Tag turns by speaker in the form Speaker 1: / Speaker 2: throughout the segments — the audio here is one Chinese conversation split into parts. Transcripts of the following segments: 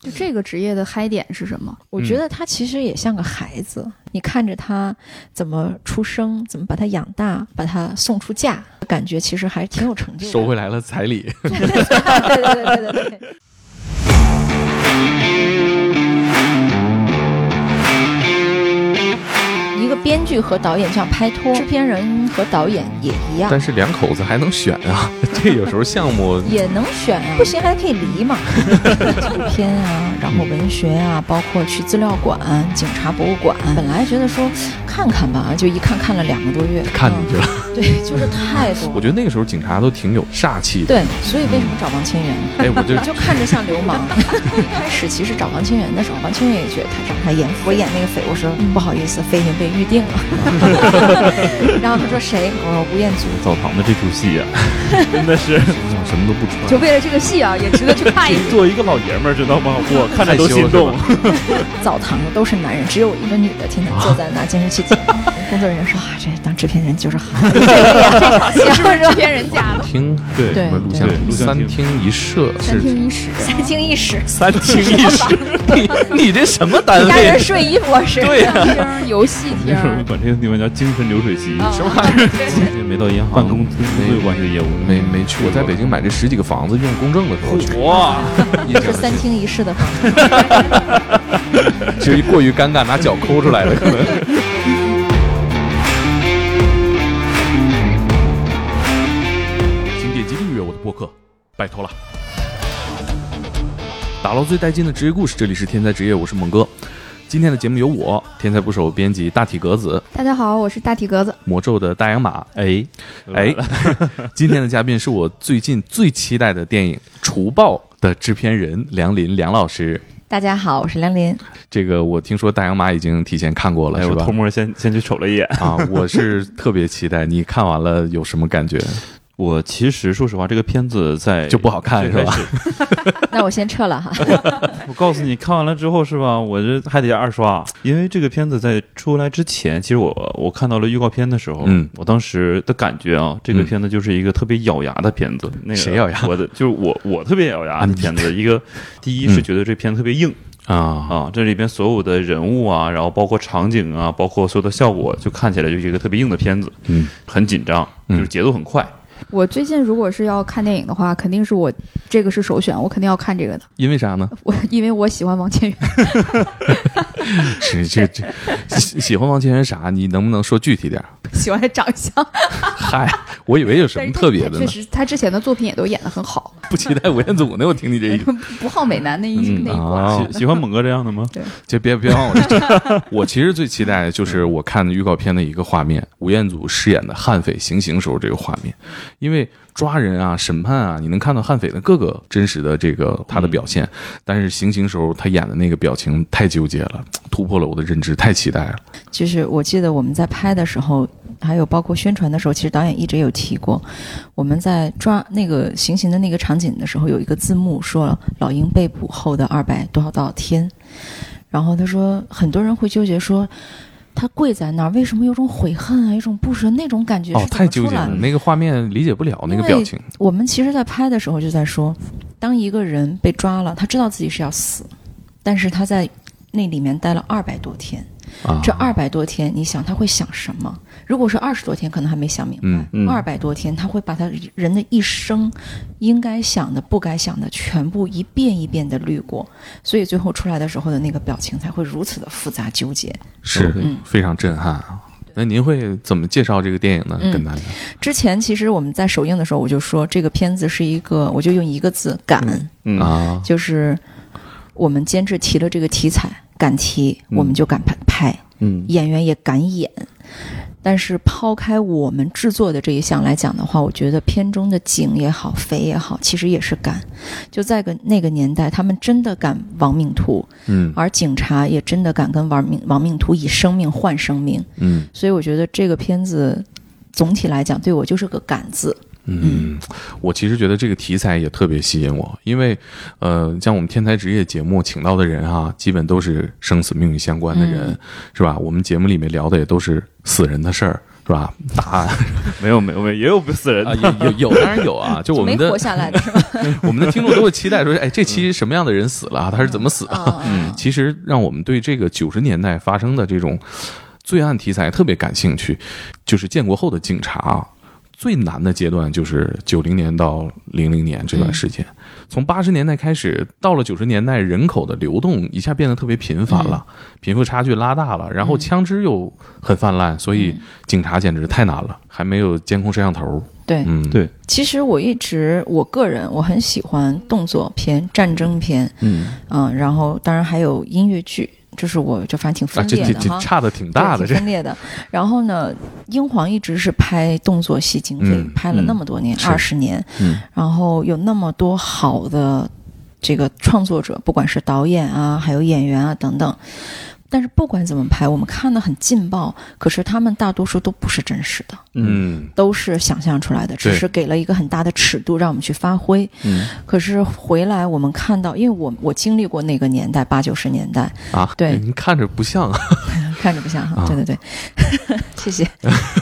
Speaker 1: 就这个职业的嗨点是什么？
Speaker 2: 我觉得他其实也像个孩子，你看着他怎么出生，怎么把他养大，把他送出嫁，感觉其实还挺有成就
Speaker 3: 收
Speaker 2: 感。
Speaker 3: 回来了彩礼。
Speaker 2: 对对对对对对对。一个编剧和导演像拍拖，制片人和导演也一样，
Speaker 3: 但是两口子还能选啊，这有时候项目
Speaker 2: 也能选啊，不行还可以离 嘛。纪录片啊，然后文学啊，包括去资料馆、警察博物馆，本来觉得说看看吧，就一看看了两个多月，
Speaker 3: 看进去了。
Speaker 2: 嗯对，就是太多
Speaker 3: 我觉得那个时候警察都挺有煞气的。
Speaker 2: 对，所以为什么找王千源？
Speaker 3: 哎，我就
Speaker 2: 就看着像流 氓。一开始其实找王千源的时候，王千源也觉得他长得演我演那个匪，我说、不好意思，匪已经被预定了。 然后他说谁？我说吴彦祖。
Speaker 4: 澡堂的这出戏啊，真的是
Speaker 3: 我什么都不穿，
Speaker 1: 就为了这个戏啊，也值得去看 一
Speaker 4: 作为一个老爷们儿，知道 吗？我看着都心动。
Speaker 2: 澡堂的都是男人，只有我一个女的，天天坐在 那监视器前。工作人员说啊，这当制片人就是好。
Speaker 1: 看，是不是制片人家 的？
Speaker 3: 厅
Speaker 4: 对
Speaker 3: 什么录像
Speaker 4: 对录像
Speaker 3: 三
Speaker 4: 厅
Speaker 3: 厅一舍
Speaker 1: 三
Speaker 3: 是。
Speaker 1: 厅一室，
Speaker 2: 三经一室，
Speaker 4: 三厅一室，
Speaker 3: 你你这什么单
Speaker 2: 家人
Speaker 3: 位？
Speaker 2: 睡衣博士。
Speaker 3: 对呀、
Speaker 1: 厅游戏
Speaker 4: 你
Speaker 1: 厅
Speaker 4: 为什，
Speaker 2: 啊
Speaker 4: 么管这个地方叫精神流水席？
Speaker 3: 什么玩意儿？
Speaker 4: 这没到银行办公最有关系的业务，
Speaker 3: 没没去，我在北京买这十几个房子用公证的时候去，
Speaker 4: 哇，
Speaker 3: 印象
Speaker 2: 是三厅一室的房子，
Speaker 3: 就过于尴尬，拿脚抠出来的可能。
Speaker 4: 请点击订阅我的播客，拜托了。
Speaker 3: 打捞最带劲的职业故事，这里是天才职业，我是猛哥。今天的节目由我天才捕手编辑大体格子
Speaker 1: 大家好，我是大体格子，
Speaker 3: 魔咒的大洋马。
Speaker 4: 哎
Speaker 3: 哎， 今天的嘉宾是我最近最期待的电影《除暴》的制片人梁林梁老师。
Speaker 2: 大家好，我是梁林。
Speaker 3: 这个我听说大洋马已经提前看过了，
Speaker 4: 哎，
Speaker 3: 是
Speaker 4: 我
Speaker 3: 吧
Speaker 4: 偷？摸先先去瞅了一眼。
Speaker 3: 啊，我是特别期待。你看完了有什么感觉？
Speaker 4: 我其实说实话，这个片子在
Speaker 3: 就不好看是吧
Speaker 4: 最开始？
Speaker 2: 那我先撤了哈。
Speaker 4: 我告诉你，看完了之后是吧？我这还得二刷，因为这个片子在出来之前，其实我我看到了预告片的时候，
Speaker 3: 嗯
Speaker 4: 我当时的感觉啊，这个
Speaker 3: 嗯
Speaker 4: 片子就是一个特别咬牙的片子。那个
Speaker 3: 谁咬牙啊
Speaker 4: 我的就是我我特别咬牙的片子。一个第一是
Speaker 3: 嗯
Speaker 4: 觉得这片子特别硬，
Speaker 3: 啊，
Speaker 4: 啊，这里边所有的人物啊，然后包括场景啊，包括所有的效果，就看起来就是一个特别硬的片子，
Speaker 3: 嗯，
Speaker 4: 很紧张，
Speaker 3: 嗯
Speaker 4: 就是节奏很快。
Speaker 1: 我最近如果是要看电影的话，肯定是我这个是首选，我肯定要看这个的。
Speaker 3: 因为啥呢？
Speaker 1: 我因为我喜欢王千源，
Speaker 3: 这这这喜喜欢王千源啥？你能不能说具体 点儿？
Speaker 1: 喜欢他长相，
Speaker 3: 嗨，我以为有什
Speaker 1: 但
Speaker 3: 么
Speaker 1: 是他
Speaker 3: 特别的
Speaker 1: 确
Speaker 3: 呢，
Speaker 1: 实他之前的作品也都演得很好，
Speaker 3: 不期待吴彦祖呢。我听你 这意思，
Speaker 1: 不好美男那一
Speaker 4: 嗯
Speaker 1: 那一
Speaker 3: 啊
Speaker 1: 挂。
Speaker 3: 哦
Speaker 4: 喜喜欢猛哥这样的吗？
Speaker 3: 就别别往我这 我其实最期待的就是我看预告片的一个画面，吴彦祖饰演的悍匪行刑时候这个画面，因为抓人啊、审判啊，你能看到悍匪的各个真实的这个他的表现，
Speaker 2: 嗯
Speaker 3: 但是行刑时候他演的那个表情太纠结了，突破了我的认知，太期待了。
Speaker 2: 就是我记得我们在拍的时候，还有包括宣传的时候，其实导演一直有提过，我们在抓那个行刑的那个场景的时候，有一个字幕说老鹰被捕后的二百多少多少天，然后他说很多人会纠结说。他跪在那儿，为什么有种悔恨啊，有种不舍那种感觉
Speaker 3: 哦
Speaker 2: 是，怎
Speaker 3: 太
Speaker 2: 么
Speaker 3: 纠
Speaker 2: 出
Speaker 3: 结
Speaker 2: 来
Speaker 3: 了，
Speaker 2: 的？
Speaker 3: 那个画面理解不了那个表情。
Speaker 2: 我们其实，在拍的时候就在说，当一个人被抓了，他知道自己是要死，但是他在那里面待了二百多天，
Speaker 3: 啊
Speaker 2: 这二百多天，你想他会想什么？如果是二十多天，可能还没想明白。
Speaker 4: 嗯嗯
Speaker 2: 二百、多天，他会把他人的一生应该想的、不该想的，全部一遍一遍的滤过，所以最后出来的时候的那个表情才会如此的复杂纠结。
Speaker 3: 是
Speaker 2: 嗯
Speaker 3: 非常震撼啊！那您会怎么介绍这个电影呢？
Speaker 2: 嗯
Speaker 3: 跟大家
Speaker 2: 之前其实我们在首映的时候，我就说这个片子是一个，我就用一个字“敢”，
Speaker 4: 嗯，
Speaker 3: 啊，
Speaker 2: 就是我们监制提了这个题材，敢提，
Speaker 4: 嗯
Speaker 2: 我们就敢拍拍。
Speaker 4: 嗯，
Speaker 2: 演员也敢演。但是抛开我们制作的这一项来讲的话，我觉得片中的景也好，肥也好，其实也是敢。就在个那个年代，他们真的敢亡命徒，
Speaker 3: 嗯
Speaker 2: 而警察也真的敢跟亡命亡命徒以生命换生命。
Speaker 3: 嗯
Speaker 2: 所以我觉得这个片子总体来讲，对我就是个“敢”字。
Speaker 3: 嗯，我其实觉得这个题材也特别吸引我，因为呃，像我们天才职业节目请到的人啊，基本都是生死命运相关的人，
Speaker 2: 嗯
Speaker 3: 是吧？我们节目里面聊的也都是死人的事儿。是吧？ 答案
Speaker 4: 没有没有没有，也有不死人
Speaker 3: 啊，
Speaker 4: 的，
Speaker 3: 有有有，当然有啊，就我
Speaker 2: 没
Speaker 3: 们的
Speaker 2: 活下来的是吧？
Speaker 3: 我们的听众都会期待 说，哎，这期什么样的人死了啊？他是怎么死的？
Speaker 2: 啊，嗯
Speaker 3: 其实让我们对这个九十年代发生的这种罪案题材特别感兴趣，就是建国后的警察啊。最难的阶段就是九零年到零零年这段时间，从八十年代开始，到了九十年代，人口的流动一下变得特别频繁了，贫富差距拉大了，然后
Speaker 2: 嗯
Speaker 3: 枪支又很泛滥，所以警察简直太难了，还没有监控摄像头。
Speaker 2: 对。
Speaker 3: 嗯，
Speaker 4: 对
Speaker 2: 其实我一直我个人我很喜欢动作片、战争片，
Speaker 3: 嗯，
Speaker 2: 嗯，然后当然还有音乐剧，就是我就反正挺
Speaker 3: 啊，
Speaker 2: 分
Speaker 3: 这
Speaker 2: 裂
Speaker 3: 这
Speaker 2: 的哈。
Speaker 3: 这差的挺大的，
Speaker 2: 对
Speaker 3: 这
Speaker 2: 挺分裂的。然后呢，英皇一直是拍动作戏经费，
Speaker 3: 嗯
Speaker 2: 拍了那么多年，
Speaker 3: 是
Speaker 2: 二十、年，
Speaker 3: 嗯
Speaker 2: 然后有那么多好的这个创作者，不管是导演啊，还有演员啊等等。但是不管怎么拍，我们看的很劲爆，可是他们大多数都不是真实的，
Speaker 3: 嗯
Speaker 2: 都是想象出来的，只
Speaker 3: 对
Speaker 2: 是给了一个很大的尺度让我们去发挥。
Speaker 3: 嗯
Speaker 2: 可是回来我们看到，因为我我经历过那个年代，八九十年代，
Speaker 3: 啊，
Speaker 2: 对
Speaker 3: 您看着不像啊，
Speaker 2: 看着不像哈，
Speaker 3: 啊
Speaker 2: 对对对， 谢谢。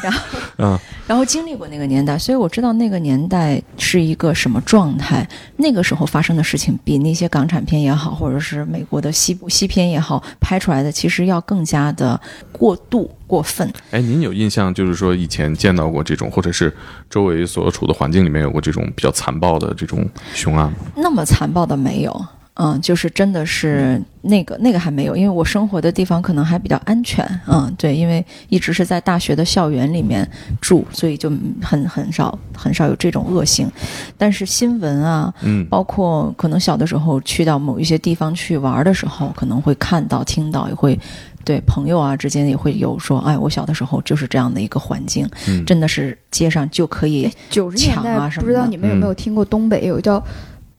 Speaker 2: 然后，
Speaker 3: 嗯
Speaker 2: 然后经历过那个年代，所以我知道那个年代是一个什么状态。那个时候发生的事情，比那些港产片也好，或者是美国的西部西片也好，拍出来的其实要更加的过度、过分。
Speaker 3: 哎，您有印象，就是说以前见到过这种，或者是周围所处的环境里面有过这种比较残暴的这种啊凶案吗？
Speaker 2: 那么残暴的没有，嗯，就是真的
Speaker 3: 嗯
Speaker 2: 是那个那个还没有，因为我生活的地方可能还比较安全，嗯，对，因为一直是在大学的校园里面住，所以就很很少很少有这种恶性。但是新闻啊，
Speaker 3: 嗯
Speaker 2: 包括可能小的时候去到某一些地方去玩的时候，可能会看到、听到，也会对朋友啊之间也会有说，哎，我小的时候就是这样的一个环境，
Speaker 3: 嗯
Speaker 2: 真的是街上就可以，
Speaker 1: 九十年
Speaker 2: 抢
Speaker 1: 代
Speaker 2: 啊什
Speaker 1: 不
Speaker 2: 么的
Speaker 1: 知道你们有没有听过东北有叫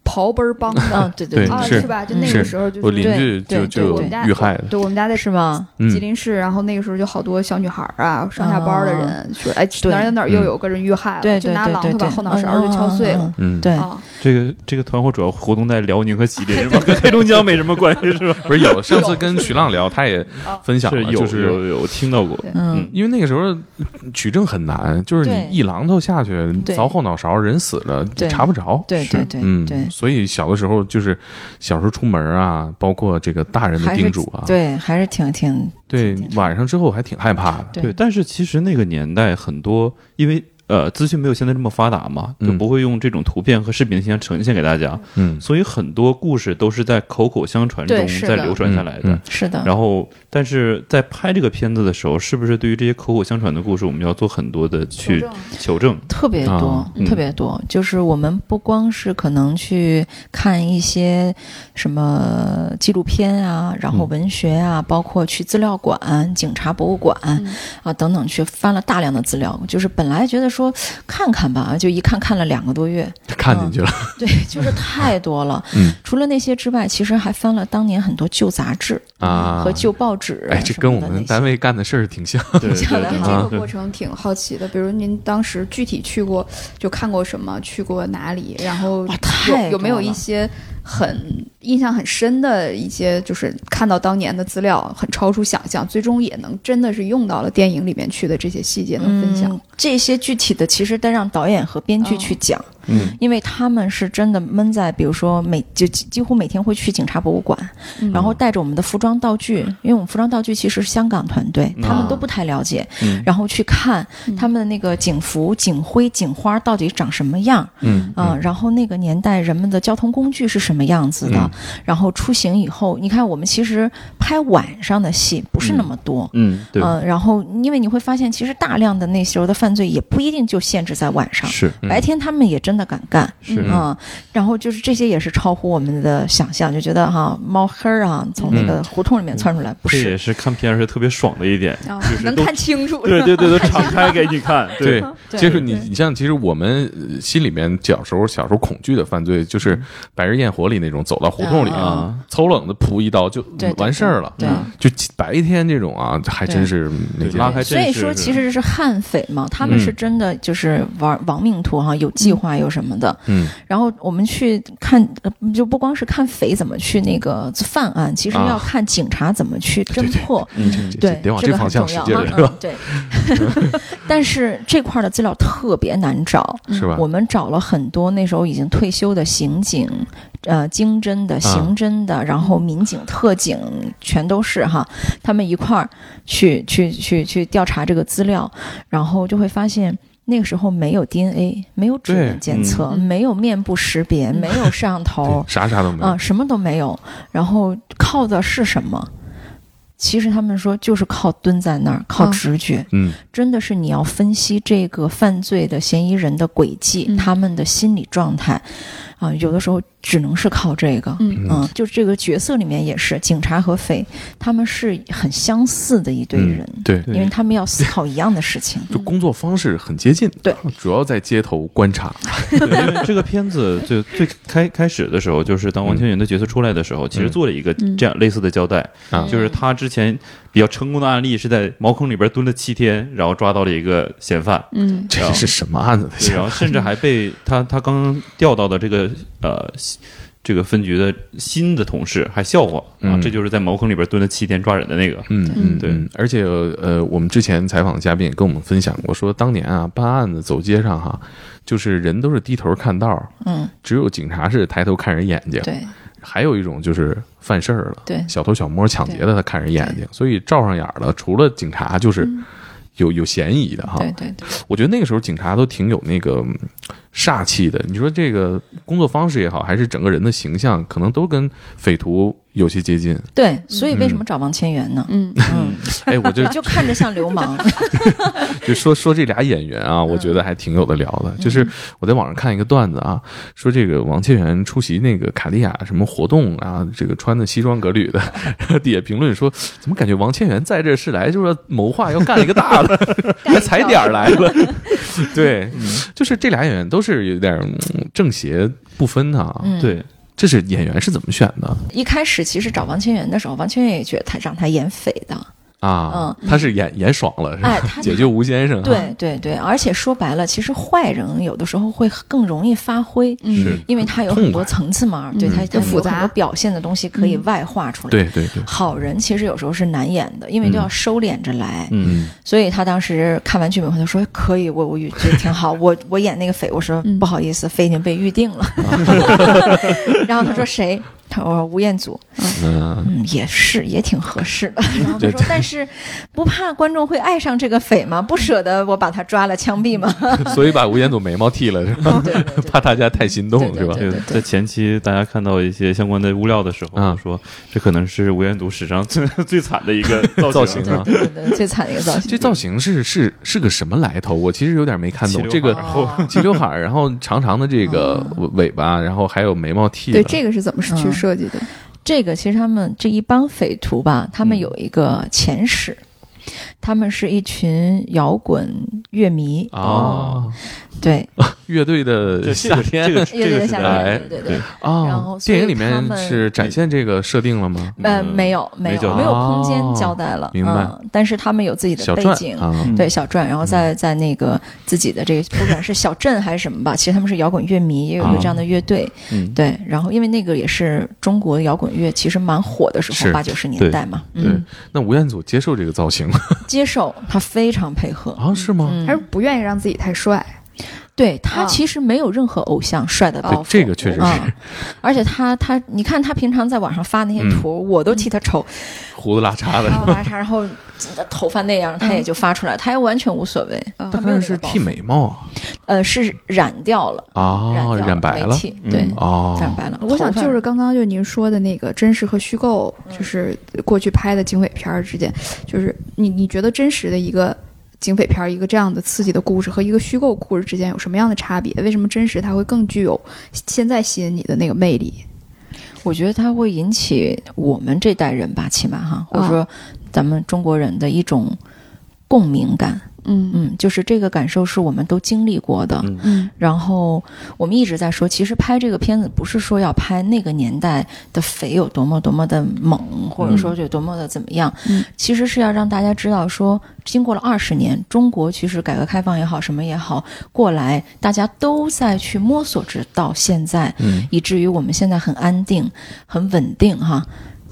Speaker 1: 刨奔儿帮
Speaker 2: 嗯、
Speaker 1: 的
Speaker 2: 对对
Speaker 3: 对
Speaker 1: 啊，
Speaker 3: 是
Speaker 1: 是吧？就那
Speaker 3: 是
Speaker 1: 个时候就
Speaker 3: 我
Speaker 1: 是
Speaker 3: 邻居就
Speaker 2: 对
Speaker 3: 就
Speaker 2: 对
Speaker 3: 有
Speaker 2: 对
Speaker 3: 遇害的，
Speaker 1: 对我们家在
Speaker 2: 是吗？
Speaker 1: 吉
Speaker 3: 嗯，
Speaker 1: 林市，然后那个时候就好多小女孩儿啊，上下班儿的人说，哎，
Speaker 2: 对
Speaker 1: 哪儿哪儿哪儿
Speaker 4: 嗯
Speaker 1: 又有个人遇害了，
Speaker 2: 哦对
Speaker 1: 就
Speaker 2: 对
Speaker 1: 拿
Speaker 2: 对
Speaker 1: 榔
Speaker 2: 对
Speaker 1: 头把
Speaker 2: 对，
Speaker 1: 后脑勺就敲碎了。
Speaker 2: 嗯。嗯嗯
Speaker 3: 嗯，
Speaker 2: 对，
Speaker 1: 啊，
Speaker 4: 这个这个团伙主要活动在辽宁和吉林是吧？跟黑龙江没什么关系是吧？
Speaker 3: 不是有上次跟徐浪聊，他也
Speaker 2: 哦
Speaker 3: 分享
Speaker 4: 啊是
Speaker 3: 了，
Speaker 4: 有
Speaker 3: 就是。
Speaker 4: 有有听到过，
Speaker 2: 嗯，
Speaker 3: 因为那个时候取证很难，就是
Speaker 2: 对
Speaker 3: 你一榔头下去
Speaker 2: 对
Speaker 3: 凿后脑勺，人死了
Speaker 2: 对
Speaker 3: 查不着。
Speaker 2: 对对
Speaker 4: 是
Speaker 2: 对
Speaker 3: 嗯，
Speaker 2: 对，
Speaker 3: 所以小的时候就是小时候出门啊，包括这个大人的
Speaker 2: 还是
Speaker 3: 叮嘱啊，
Speaker 2: 对，还是挺挺
Speaker 3: 对
Speaker 2: 挺
Speaker 3: 晚上之后还挺害怕的。
Speaker 2: 对
Speaker 4: 对，但是其实那个年代很多，因为呃资讯没有现在这么发达嘛，就
Speaker 3: 嗯
Speaker 4: 不会用这种图片和视频形象呈现给大家，
Speaker 3: 嗯，
Speaker 4: 所以很多故事都是在口口相传中
Speaker 2: 对是
Speaker 4: 再
Speaker 2: 的
Speaker 4: 流传下来的。
Speaker 3: 嗯
Speaker 2: 是的，
Speaker 4: 然后，但是在拍这个片子的时候，是不是对于这些口口相传的故事，我们要做很多的去求证？
Speaker 2: 特别多，
Speaker 3: 啊
Speaker 4: 嗯
Speaker 2: 特别多。就是我们不光是可能去看一些什么纪录片啊，然后
Speaker 4: 嗯
Speaker 2: 文学啊，包括去资料馆、警察博物馆、
Speaker 1: 嗯
Speaker 2: 啊等等，去翻了大量的资料。就是本来觉得说看看吧，就一看看了两个多月，
Speaker 3: 看进去了。
Speaker 2: 对，就是太多了。
Speaker 3: 嗯
Speaker 2: 除了那些之外，其实还翻了当年很多旧杂志
Speaker 3: 啊
Speaker 2: 嗯和旧报纸。
Speaker 3: 哎，这跟我们单。位干的事儿挺像。
Speaker 4: 对对
Speaker 2: 这样
Speaker 4: 对
Speaker 2: 的
Speaker 1: 对
Speaker 2: 啊
Speaker 1: 这
Speaker 4: 对
Speaker 1: 个过程挺好奇的，比如您当时具体去过，就看过什么，去过哪里，然后
Speaker 2: 哇太多
Speaker 1: 有有没有
Speaker 2: 了
Speaker 1: 一些很印象很深的一些，就是看到当年的资料很超出想象，最终也能真的是用到了电影里面去的这些细节，能分享。
Speaker 2: 嗯，这些具体的其实得让导演和编剧去讲，
Speaker 4: 嗯，
Speaker 2: 因为他们是真的闷在，比如说每就几几乎每天会去警察博物馆，
Speaker 1: 嗯
Speaker 2: 然后带着我们的服装道具，因为我们服装道具其实是香港团队，他们都不太了解，
Speaker 4: 嗯
Speaker 2: 然后去看
Speaker 1: 嗯
Speaker 2: 他们的那个警服、警徽、警花到底长什么样，
Speaker 3: 嗯
Speaker 2: 啊，然后那个年代人们的交通工具是什么样子的，
Speaker 3: 嗯
Speaker 2: 然后出行以后，你看我们其实拍晚上的戏不是那么多。嗯
Speaker 4: 嗯，对，
Speaker 2: 然后因为你会发现，其实大量的那时候的犯罪也不一定就限制在晚上，
Speaker 4: 是
Speaker 3: 嗯
Speaker 2: 白天他们也真的敢干，
Speaker 4: 是
Speaker 2: 嗯啊然后就是这些也是超乎我们的想象，就觉得哈、猫黑儿啊从那个
Speaker 3: 嗯
Speaker 2: 胡同里面窜出来，不
Speaker 4: 这
Speaker 2: 是
Speaker 4: 也是看片儿时特别爽的一点。
Speaker 1: 啊
Speaker 4: 就是
Speaker 1: 能
Speaker 4: 都
Speaker 1: 看清楚，
Speaker 4: 对 对对，都敞开给你看。
Speaker 3: 对，
Speaker 2: 对
Speaker 3: 就是你，你像其实我们呃心里面小时候小时候恐惧的犯罪，就是《白日焰火》里那种走到胡同里
Speaker 2: 嗯
Speaker 4: 啊
Speaker 3: 啊，抽冷子扑一刀就
Speaker 2: 对对
Speaker 3: 完事儿儿了。
Speaker 2: 对
Speaker 4: 嗯
Speaker 3: 就白天这种啊，还真是没
Speaker 4: 对
Speaker 3: 见
Speaker 4: 拉
Speaker 3: 过。
Speaker 4: 开
Speaker 2: 所以
Speaker 4: 阵势
Speaker 2: 说，
Speaker 4: 是
Speaker 2: 其实是悍匪嘛，他们
Speaker 3: 嗯
Speaker 2: 是真的就是玩亡命徒哈，有计划有什么的。
Speaker 3: 嗯，
Speaker 2: 然后我们去看，呃就不光是看匪怎么去那个犯案，其实
Speaker 3: 啊
Speaker 2: 要看警察怎么去侦破。
Speaker 4: 嗯
Speaker 3: 这
Speaker 2: 对，
Speaker 3: 得往
Speaker 2: 这个
Speaker 3: 方
Speaker 2: 很
Speaker 3: 向
Speaker 2: 重
Speaker 3: 使
Speaker 2: 要
Speaker 3: 劲
Speaker 2: 哈
Speaker 3: 儿，是吧？
Speaker 2: 嗯，对。 但是这块儿的资料特别难找，
Speaker 1: 嗯
Speaker 3: 是吧？
Speaker 2: 我们找了很多那时候已经退休的刑警，呃，经侦
Speaker 3: 啊
Speaker 2: 的、刑侦的，然后民警、特警，全都是哈，他们一块儿去去去去调查这个资料，然后就会发现。那个时候没有 DNA，没有指
Speaker 3: 对
Speaker 2: 纹检测，
Speaker 1: 嗯
Speaker 2: 没有面部识别，
Speaker 1: 嗯
Speaker 2: 没有摄像头
Speaker 3: 对，啥啥都没
Speaker 2: 啊、
Speaker 3: 有。
Speaker 2: 什么都没有。然后靠的是什么？其实他们说就是靠蹲在那儿，靠
Speaker 1: 啊
Speaker 2: 直觉。
Speaker 3: 嗯，
Speaker 2: 真的是你要分析这个犯罪的嫌疑人的轨迹，
Speaker 1: 嗯
Speaker 2: 他们的心理状态，啊、有的时候只能是靠这个。
Speaker 1: 嗯
Speaker 2: 嗯，就这个角色里面也是，警察和匪他们是很相似的一堆人，
Speaker 3: 嗯对，
Speaker 4: 对
Speaker 2: 因为他们要思考一样的事情。
Speaker 3: 就工作方式很接近。
Speaker 2: 对，
Speaker 3: 主要在街头观察。
Speaker 4: 对，因为嗯这个片子就最开开始的时候，就是当王千源的角色出来的时候，其实做了一个
Speaker 1: 嗯
Speaker 4: 这样类似的交代，
Speaker 3: 啊
Speaker 4: 就是他之前比较成功的案例是在茅坑里边蹲了七天，然后抓到了一个嫌 犯，
Speaker 1: 嗯
Speaker 3: 这是什么案子的
Speaker 4: 对，然
Speaker 3: 想
Speaker 4: 后甚至还被他他刚调到的这个呃西这个分局的新的同事还笑话啊
Speaker 3: 嗯，
Speaker 4: 这就是在茅坑里边蹲了七天抓人的那个，
Speaker 3: 嗯嗯
Speaker 1: 嗯
Speaker 3: 对，而且呃，我们之前采访的嘉宾也跟我们分享过，说当年啊办案子走街上哈，就是人都是低头看道儿，
Speaker 2: 嗯，
Speaker 3: 只有警察是抬头看人眼睛。
Speaker 2: 对
Speaker 3: 还有一种就是犯事儿了，
Speaker 2: 对
Speaker 3: 小偷小摸抢劫的，他看人眼睛，所以照上眼儿了。除了警察，就是有有嫌疑的哈。
Speaker 2: 嗯对对对，
Speaker 3: 我觉得那个时候警察都挺有那个嗯煞气的。你说这个工作方式也好，还是整个人的形象，可能都跟匪徒有些 接近。
Speaker 2: 对，所以为什么找王千源呢？
Speaker 1: 嗯
Speaker 2: 嗯，
Speaker 3: 哎，我就
Speaker 2: 就看着像流氓。
Speaker 3: 就说说这俩演员啊，我觉得还挺有的聊的。就是我在网上看一个段子啊，说这个王千源出席那个卡地亚什么活动啊，这个穿的西装革履的，底下评论说，怎么感觉王千源在这是来就是要谋划要干一个大的，来踩点儿来了。 对，
Speaker 4: 嗯
Speaker 3: 就是这俩演员都是有点嗯正邪不分啊。
Speaker 2: 嗯，。
Speaker 4: 对，
Speaker 3: 这是演员是怎么选的
Speaker 2: 一开始其实找王千源的时候，王千源也觉得他让他演匪的，
Speaker 3: 啊？他是演演爽了是吧？
Speaker 2: 哎 他
Speaker 3: 解救吴先生啊。
Speaker 2: 对对对，而且说白了，其实坏人有的时候会更容易发挥，
Speaker 3: 是
Speaker 2: 因为他有
Speaker 3: 痛
Speaker 2: 很多
Speaker 3: 快
Speaker 2: 层次嘛，对
Speaker 1: 嗯
Speaker 2: 他他
Speaker 1: 就复
Speaker 2: 有很
Speaker 1: 杂
Speaker 2: 多表现的东西可以
Speaker 1: 嗯
Speaker 2: 外化出来。
Speaker 3: 对对对，
Speaker 2: 好人其实有时候是难演的，因为都要
Speaker 3: 嗯
Speaker 2: 收敛着来。
Speaker 4: 嗯，
Speaker 2: 所以他当时看完剧本后，他说：“可以，我我觉得挺好。 我我演那个匪，我说、
Speaker 1: 嗯
Speaker 2: 不好意思，匪已经被预定了。 然后他说谁？他说吴彦祖。
Speaker 3: 嗯，
Speaker 2: 嗯，也是，也挺合适的。然后
Speaker 3: 对
Speaker 2: 他说：“但是不怕观众会爱上这个匪吗？不舍得我把他抓了枪毙吗？”
Speaker 3: 所以把吴彦祖眉毛 剃了是吧？
Speaker 2: 对对对
Speaker 3: 怕大家太心动是吧？
Speaker 2: 对
Speaker 4: 对
Speaker 2: 对，对
Speaker 4: 在前期大家看到一些相关的物料的时候，
Speaker 3: 嗯
Speaker 4: 我说这可能是吴彦祖史上最 最惨的一个
Speaker 3: 造
Speaker 4: 造
Speaker 3: 型
Speaker 4: 型。
Speaker 3: 啊
Speaker 2: 对对对，最惨的一个造型。
Speaker 3: 这造型是是是个什么来头？我其实有点没看懂
Speaker 4: 齐刘海
Speaker 3: 这个
Speaker 4: 儿
Speaker 2: 哦
Speaker 3: 齐刘海儿，然后长长的这个尾巴，然后还有眉毛剃了。
Speaker 1: 对，这个是怎么去
Speaker 2: 嗯
Speaker 1: 设计的？
Speaker 2: 这个其实他们这一帮匪徒吧，他们
Speaker 4: 嗯
Speaker 2: 有一个前史，他们是一群摇滚乐迷，
Speaker 3: 哦，
Speaker 2: 对，
Speaker 3: 乐队的
Speaker 4: 这
Speaker 3: 夏天
Speaker 4: 这个这
Speaker 2: 乐队
Speaker 4: 个
Speaker 2: 的
Speaker 4: 是
Speaker 2: 夏
Speaker 3: 哎
Speaker 2: 天，对对对。然
Speaker 3: 哦
Speaker 2: 后，所以
Speaker 3: 电影里
Speaker 2: 他
Speaker 3: 面
Speaker 2: 们
Speaker 3: 是展现这个设定了吗？
Speaker 2: 呃，没有，没
Speaker 4: 没交
Speaker 2: 有，
Speaker 4: 代
Speaker 2: 没有空间交代了，
Speaker 3: 明白
Speaker 2: 嗯。但是他们有自己的
Speaker 3: 小
Speaker 2: 背
Speaker 3: 传
Speaker 2: 景，
Speaker 3: 啊，
Speaker 4: 嗯
Speaker 2: 对小传，然后在在那个自己的这个，不管是小镇还是什么吧，其实他们是摇滚乐迷，也有一个这样的乐队，
Speaker 4: 嗯，
Speaker 2: 对。然后因为那个也是中国摇滚乐其实蛮火的时
Speaker 3: 是
Speaker 2: 候，八九十
Speaker 4: 对
Speaker 2: 年代嘛，
Speaker 3: 对
Speaker 2: 嗯，。
Speaker 3: 那吴彦祖接受这个造型吗？
Speaker 2: 接受他非常配合，
Speaker 3: 啊，是吗？
Speaker 2: 嗯
Speaker 1: 还是不愿意让自己太帅？
Speaker 2: 对他
Speaker 1: 啊哦
Speaker 2: 其实没有任何偶像帅的包
Speaker 3: 对，
Speaker 2: 袱，
Speaker 3: 这个确实
Speaker 2: 嗯
Speaker 3: 是，
Speaker 2: 而且他他，你看他平常在网上发那些
Speaker 3: 嗯
Speaker 2: 图，我都替他愁，
Speaker 3: 胡子拉碴的
Speaker 2: 然。后拉碴，然后头发那样，他也就发出来，他也完全无所谓，
Speaker 1: 嗯
Speaker 2: 他
Speaker 3: 他
Speaker 2: 没
Speaker 3: 当
Speaker 2: 有
Speaker 3: 然
Speaker 2: 那
Speaker 3: 是
Speaker 2: 个包
Speaker 3: 剃
Speaker 2: 袱，
Speaker 3: 眉毛啊
Speaker 2: 呃，是染掉了，
Speaker 3: 啊，
Speaker 2: 掉
Speaker 3: 染白
Speaker 2: 没
Speaker 3: 了
Speaker 2: 剃对
Speaker 4: 嗯，
Speaker 3: 哦，
Speaker 2: 染白了。
Speaker 1: 我想
Speaker 2: 头发
Speaker 1: 就是刚刚就您说的那个真实和虚构，
Speaker 2: 嗯
Speaker 1: 就是过去拍的警匪片儿之间，就是你你觉得真实的一个警匪片儿，一个这样的刺激的故事和一个虚构故事之间有什么样的差别？为什么真实它会更具有现在吸引你的那个魅力？
Speaker 2: 我觉得它会引起我们
Speaker 1: 啊
Speaker 2: 这代人吧，起码哈，或者说咱们中国人的一种共鸣感。
Speaker 1: 嗯
Speaker 2: 嗯，就是这个感受是我们都经历过的。
Speaker 3: 嗯
Speaker 1: 嗯
Speaker 2: 然后我们一直在说，其实拍这个片子不是说要拍那个年代的肥有多么多么的猛，或者说有多么的怎么样，
Speaker 1: 嗯
Speaker 2: 其实是要让大家知道说，经过了二十年，中国其实改革开放也好，什么也好，过来大家都在去摸索，直到现在，
Speaker 3: 嗯
Speaker 2: 以至于我们现在很安定、很稳定哈，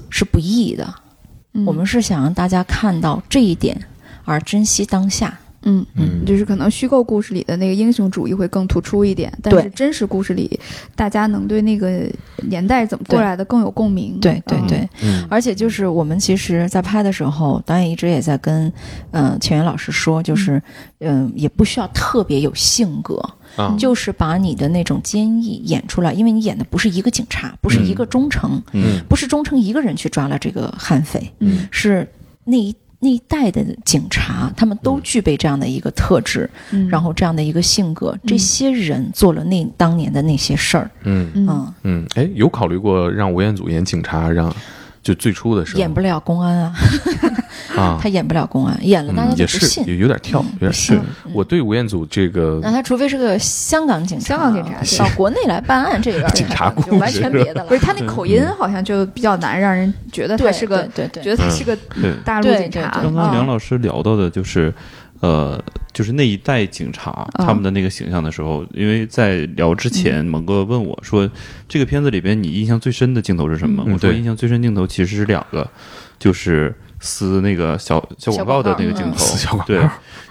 Speaker 2: 是不易的。
Speaker 1: 嗯，
Speaker 2: 我们是想让大家看到这一点，而珍惜当下。
Speaker 1: 嗯。
Speaker 3: 嗯
Speaker 1: 就是可能虚构故事里的那个英雄主义会更突出一点，但
Speaker 2: 对
Speaker 1: 是真实故事里，大家能对那个年代怎么过
Speaker 2: 对
Speaker 1: 来的更有共鸣。
Speaker 2: 对对
Speaker 1: 嗯
Speaker 2: 对，，
Speaker 3: 嗯
Speaker 2: 而且就是我们其实，在拍的时候，导演一直也在跟，呃，钱源老师说，就是，嗯、也不需要特别有性格，
Speaker 3: 啊
Speaker 2: 就是把你的那种坚毅演出来，因为你演的不是一个警察，不是一个忠诚，
Speaker 3: 嗯
Speaker 2: 不是忠诚一个人去抓了这个悍匪，
Speaker 1: 嗯
Speaker 2: 是那一那一代的警察，他们都具备这样的一个特质，
Speaker 1: 嗯，
Speaker 2: 然后这样的一个性格，这些人做了那当年的那些事儿，
Speaker 3: 嗯
Speaker 1: 嗯
Speaker 2: 嗯，
Speaker 3: 嗯，哎，有考虑过让吴彦祖演警察，让就最初的时候
Speaker 2: 演不了公安啊，
Speaker 3: 啊
Speaker 2: 他，演不了公安，演了大家
Speaker 3: 嗯
Speaker 2: 都
Speaker 3: 也
Speaker 2: 不
Speaker 3: 是
Speaker 2: 信。嗯
Speaker 3: 也有点跳，有点
Speaker 2: 是
Speaker 3: 跳我对吴彦祖这个
Speaker 2: 那他除非是个香港警察，
Speaker 1: 香港警察对
Speaker 2: 到国内来办案，这个
Speaker 3: 警察故事
Speaker 2: 就完全别的了。
Speaker 1: 不是他那口音好像就比较难让人觉得他
Speaker 2: 对
Speaker 1: 是个，
Speaker 2: 对对
Speaker 1: 觉得
Speaker 2: 对
Speaker 1: 他是个
Speaker 4: 对
Speaker 1: 大陆
Speaker 2: 对
Speaker 1: 警察。
Speaker 2: 对对
Speaker 4: 刚刚梁
Speaker 1: 啊
Speaker 4: 老师聊到的就是，呃，就是那一代警察
Speaker 2: 啊
Speaker 1: 嗯
Speaker 4: 他们的那个形象的时候，因为在聊之
Speaker 2: 嗯
Speaker 4: 前，蒙哥问我说，这个片子里边你印象最深的镜头是什么？
Speaker 3: 嗯
Speaker 4: 我说
Speaker 3: 对
Speaker 4: 印象最深镜头其实是两个，就是撕那个小小
Speaker 2: 小
Speaker 4: 广告的那个
Speaker 2: 广告嗯
Speaker 4: 镜头，
Speaker 3: 死小广告
Speaker 4: 对，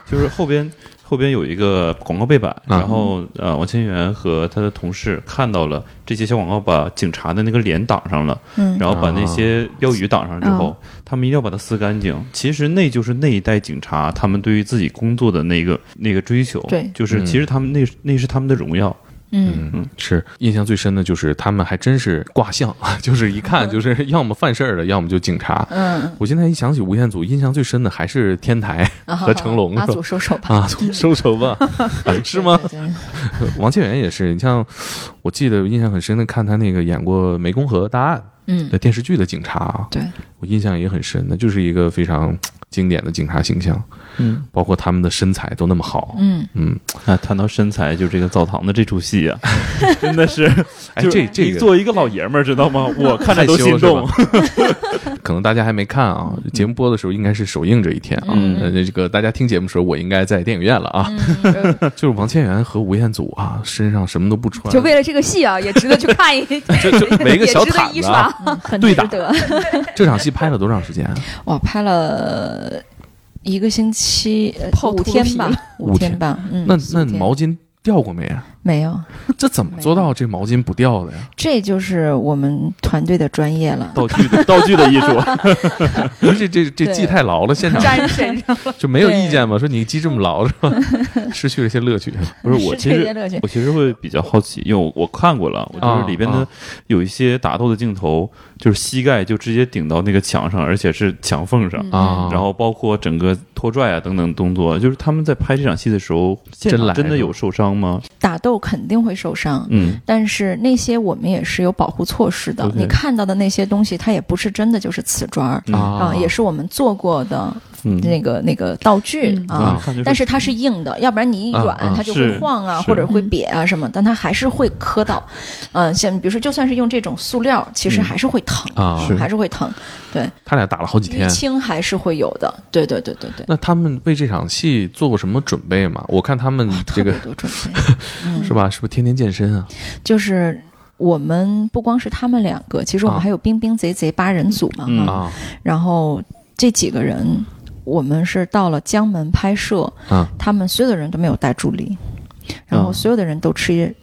Speaker 4: 就是后边后边有一个广告背板，
Speaker 3: 嗯
Speaker 4: 然后呃，王千源和他的同事看到了这些小广告把警察的那个脸挡上了，
Speaker 2: 嗯
Speaker 4: 然后把那些标语挡上之后，他们一定要把它撕干净。其实那就是那一代警察他们对于自己工作的那个那个追求，
Speaker 2: 对
Speaker 4: 就是
Speaker 3: 嗯
Speaker 4: 其实他们那那是他们的荣耀，
Speaker 2: 嗯，
Speaker 3: 嗯，是印象最深的就是他们还真是卦象， 就是一看就是 要么犯事儿的，要么就警察。
Speaker 2: 嗯，
Speaker 3: 我现在一想起吴彦祖，印象最深的还是天台
Speaker 2: 啊
Speaker 3: 和成龙
Speaker 2: 阿
Speaker 3: 是吧
Speaker 2: 祖收手吧，
Speaker 3: 啊，收手吧，啊 是吗？
Speaker 2: 对？对对
Speaker 3: 王千源也是，你像我记得印象很深的，看他那个演过《湄公河大案
Speaker 2: 嗯》
Speaker 3: 的，电视剧的警察啊，
Speaker 2: 对，
Speaker 3: 我印象也很深的，就是一个非常经典的警察形象，
Speaker 4: 嗯
Speaker 3: 包括他们的身材都那么好，
Speaker 2: 嗯，
Speaker 3: 嗯，
Speaker 4: 啊，谈到身材，就这个澡堂的这出戏啊， 真的 是，
Speaker 3: 哎，
Speaker 4: 就是
Speaker 3: 这这
Speaker 4: 你
Speaker 3: 个
Speaker 4: 作为一个老爷们儿，知道吗？我看着都心动。
Speaker 3: 可能大家还没看啊，节目播的时候应该是首映这一天啊。
Speaker 2: 嗯
Speaker 3: 呃，这个大家听节目的时候，我应该在电影院了啊。
Speaker 2: 嗯
Speaker 3: 就是王千源和吴彦祖啊，身上什么都不穿，
Speaker 1: 就为了这个戏啊，也值得 去看一，
Speaker 3: 就就围个小
Speaker 1: 也值得
Speaker 3: 毯
Speaker 1: 一
Speaker 3: 子啊。
Speaker 1: 刷。
Speaker 2: 很
Speaker 3: 对
Speaker 2: 值
Speaker 3: 的
Speaker 2: 得。
Speaker 3: 这场戏拍了多长时 间啊？
Speaker 2: 我拍了一个星期，呃
Speaker 1: 泡
Speaker 2: 五
Speaker 1: 秃
Speaker 2: 天
Speaker 1: 皮
Speaker 2: 吧
Speaker 1: 了，
Speaker 2: 五
Speaker 3: 五
Speaker 2: 天
Speaker 3: 天
Speaker 2: 吧。嗯，
Speaker 3: 那
Speaker 2: 四
Speaker 3: 那
Speaker 2: 五天
Speaker 3: 毛巾掉过没啊？
Speaker 2: 没有，
Speaker 3: 这怎么做到这毛巾不掉的呀？
Speaker 2: 这就是我们团队的专业了。
Speaker 4: 道具的道具的艺术，
Speaker 3: 不是这这
Speaker 2: 对
Speaker 3: 记太牢了，现场
Speaker 1: 粘身上，
Speaker 3: 就没有
Speaker 2: 对
Speaker 3: 意见吗？说你记这么牢是 吧？失去了一些乐趣。
Speaker 4: 不是我其
Speaker 2: 这
Speaker 4: 实
Speaker 2: 些乐趣。
Speaker 4: 我其实会比较好奇，因为我我看过了，我就是里边
Speaker 3: 啊
Speaker 4: 的
Speaker 3: 啊
Speaker 4: 有一些打斗的镜头，就是膝盖就直接顶到那个墙上，而且是墙缝上，
Speaker 2: 嗯
Speaker 3: 啊
Speaker 4: 嗯然后包括整个拖拽啊等等动作，就是他们在拍这场戏的时候，现
Speaker 3: 真来
Speaker 4: 场真的
Speaker 3: 了
Speaker 4: 有受伤吗？
Speaker 2: 打斗肯定会受伤，
Speaker 4: 嗯，
Speaker 2: 但是那些我们也是有保护措施的。
Speaker 4: OK
Speaker 2: 你看到的那些东西，它也不是真的就是瓷砖儿
Speaker 4: 嗯
Speaker 3: 啊，
Speaker 2: 哦也是我们做过的
Speaker 4: 嗯，
Speaker 2: 那个、那个道具
Speaker 1: 嗯
Speaker 2: 啊。
Speaker 4: 看就是
Speaker 2: 但是它是硬的，要不然你一
Speaker 3: 啊
Speaker 2: 软，
Speaker 3: 啊
Speaker 2: 它就是会晃啊，
Speaker 4: 是
Speaker 2: 或者会瘪啊什么，但它还是会磕到。嗯，像比如说，就算是用这种塑料，其实
Speaker 4: 嗯
Speaker 2: 还是会疼，
Speaker 3: 啊
Speaker 4: 是
Speaker 2: 还是会疼，
Speaker 3: 他俩打了好几
Speaker 2: 淤
Speaker 3: 天。
Speaker 2: 青还是会有的。对对对对对，
Speaker 3: 那他们为这场戏做过什么准备吗？我看他们嗯这
Speaker 2: 特别
Speaker 3: 个
Speaker 2: 多准备。
Speaker 3: 是吧？是不是天天健身啊？
Speaker 2: 就是我们不光是他们两个，其实我们
Speaker 3: 啊
Speaker 2: 还有冰冰贼贼八人组嘛，
Speaker 4: 嗯
Speaker 2: 哈
Speaker 3: 啊
Speaker 2: 然后这几个人。我们是到了江门拍摄，
Speaker 3: 啊
Speaker 2: 他们所有的人都没有带助理，然后
Speaker 3: 啊
Speaker 2: 所有的人都吃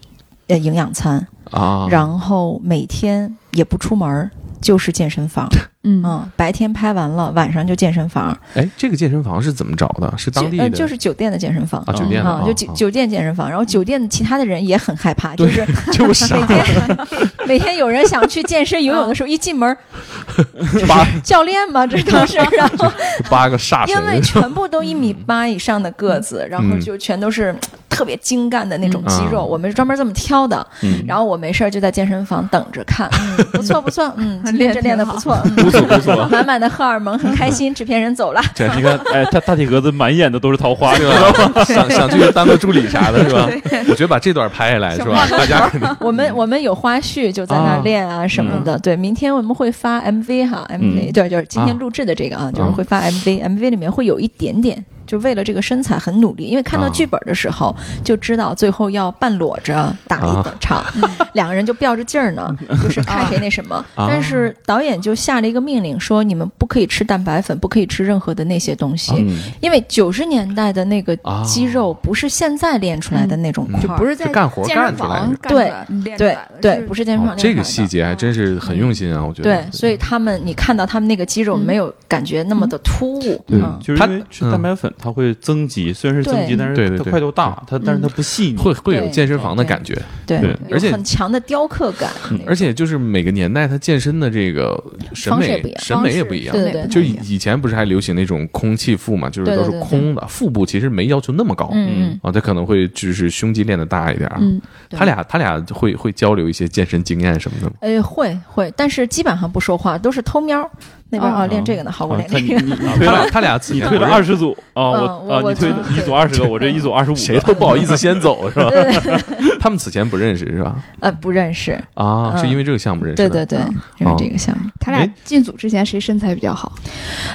Speaker 2: 呃营养餐，
Speaker 3: 啊！
Speaker 2: 然后每天也不出门儿，就是健身房。
Speaker 1: 嗯，
Speaker 2: 嗯，白天拍完了，晚上就健身房，
Speaker 3: 哎，这个健身房是怎么找的？是当
Speaker 2: 酒
Speaker 3: 地
Speaker 2: 呃
Speaker 3: 的，
Speaker 2: 就是酒店的健身房
Speaker 3: 啊，酒店的
Speaker 2: 啊，就酒酒店健身房。然后酒店其他的人也很害怕，就
Speaker 3: 对
Speaker 2: 是
Speaker 3: 就傻
Speaker 2: 每天每天有人想去健身游泳的时候，一进门儿，
Speaker 3: 八
Speaker 2: 教练嘛，这都是， 然后
Speaker 3: 八个煞
Speaker 2: 因为
Speaker 3: 神，
Speaker 2: 全部都一米八以上的个子，然后就全都是。特别精干的那种肌肉，
Speaker 3: 嗯
Speaker 2: 我们是专门这么挑的。
Speaker 4: 嗯
Speaker 2: 然后我没事儿就在健身房等着看，嗯、不错不错，嗯，今天这练的不错，嗯
Speaker 4: 不错不错。
Speaker 2: 满满的荷尔蒙，很开心。制片人走了，
Speaker 4: 这 你看，哎，他大体格子满眼的都是桃花，对吧？
Speaker 3: 想想去当个助理啥的，是吧？我觉得把这段拍下来，是吧？大家肯定
Speaker 2: 我们我们有花絮，就在那儿练啊什么的。对，明天我们会发 MV 哈，MV、
Speaker 4: 嗯
Speaker 2: 对，就是今天录制的这个啊，就是会发 MV，MV、MV 里面会有一点点。就为了这个身材很努力，因为看到
Speaker 3: 啊
Speaker 2: 剧本的时候、就知道最后要半裸着打一个场， 两个人就吊着劲儿呢，就是看谁那什么。
Speaker 4: 啊
Speaker 2: 但是导演就下了一个命令，说你们不可以吃蛋白粉，不可以吃任何的那些东西，
Speaker 4: 嗯
Speaker 2: 因为九十年代的那个
Speaker 3: 啊
Speaker 2: 肌肉不是现在练出来的那种块儿，
Speaker 1: 就不是在
Speaker 3: 是干活
Speaker 1: 健
Speaker 3: 干
Speaker 1: 身
Speaker 3: 出来的
Speaker 1: 房干出来练出
Speaker 2: 对
Speaker 1: 来的
Speaker 2: 对，
Speaker 1: 是
Speaker 2: 不是健身
Speaker 3: 哦
Speaker 2: 房、
Speaker 3: 这个细。节还真是很用心啊，我觉得。
Speaker 2: 对，所以他们，你看到他们那个肌肉
Speaker 1: 嗯
Speaker 2: 没有感觉那么的突兀，
Speaker 3: 对
Speaker 2: 嗯，
Speaker 4: 就是因为吃蛋白粉，它会增肌，虽然是增
Speaker 2: 对
Speaker 4: 肌，但
Speaker 3: 对
Speaker 4: 是
Speaker 3: 对
Speaker 4: 它
Speaker 3: 对
Speaker 4: 块头大，它但是它不细腻。
Speaker 3: 会会有
Speaker 2: 对
Speaker 3: 健身房的
Speaker 2: 对对
Speaker 3: 感觉，
Speaker 2: 对
Speaker 4: 对，
Speaker 2: 有
Speaker 3: 而且
Speaker 2: 很强的雕刻感，啊那
Speaker 3: 而
Speaker 2: 种
Speaker 3: 且就是每个年代他健身的这个审
Speaker 2: 方式也
Speaker 3: 美
Speaker 2: 不一样
Speaker 3: 审美也不一样
Speaker 2: 方式。对对
Speaker 3: 就
Speaker 1: 以
Speaker 3: 以以前不是还流行那种空气腹嘛，就是
Speaker 2: 对
Speaker 3: 都
Speaker 2: 对
Speaker 3: 是
Speaker 2: 对对
Speaker 3: 空的，腹部其实没要求那么高
Speaker 2: 嗯嗯
Speaker 3: 啊，他可能会就是胸肌练得大一点儿。啊
Speaker 1: 嗯，
Speaker 3: 他俩他俩会会交流一些健身经验什么的吗？
Speaker 2: 哎，会会，但是基本上不说话，都是偷瞄。那边
Speaker 1: 哦
Speaker 2: 啊，练这个呢，好， 我
Speaker 4: 啊
Speaker 2: 练
Speaker 4: 它你
Speaker 2: 这个。
Speaker 4: 你 你推
Speaker 3: 他俩
Speaker 4: 了
Speaker 3: 他俩此
Speaker 4: 你
Speaker 3: 前
Speaker 4: 推了
Speaker 3: 不是
Speaker 4: 二十组啊，我
Speaker 2: 嗯我
Speaker 4: 啊
Speaker 2: 我
Speaker 4: 你推
Speaker 2: 知道
Speaker 4: 一组二十个，我这一组二十五个，
Speaker 3: 谁都不好意思先走是吧？
Speaker 2: 对对对
Speaker 3: 他们此前不认识是吧？
Speaker 2: 呃，不认识，
Speaker 3: 啊，
Speaker 2: 嗯
Speaker 3: 是因为这个项目认识
Speaker 2: 对
Speaker 3: 的。
Speaker 2: 对对
Speaker 1: 嗯，
Speaker 2: 因为这个项目，
Speaker 1: 他俩
Speaker 4: 哎
Speaker 1: 进组之前谁身材比较好？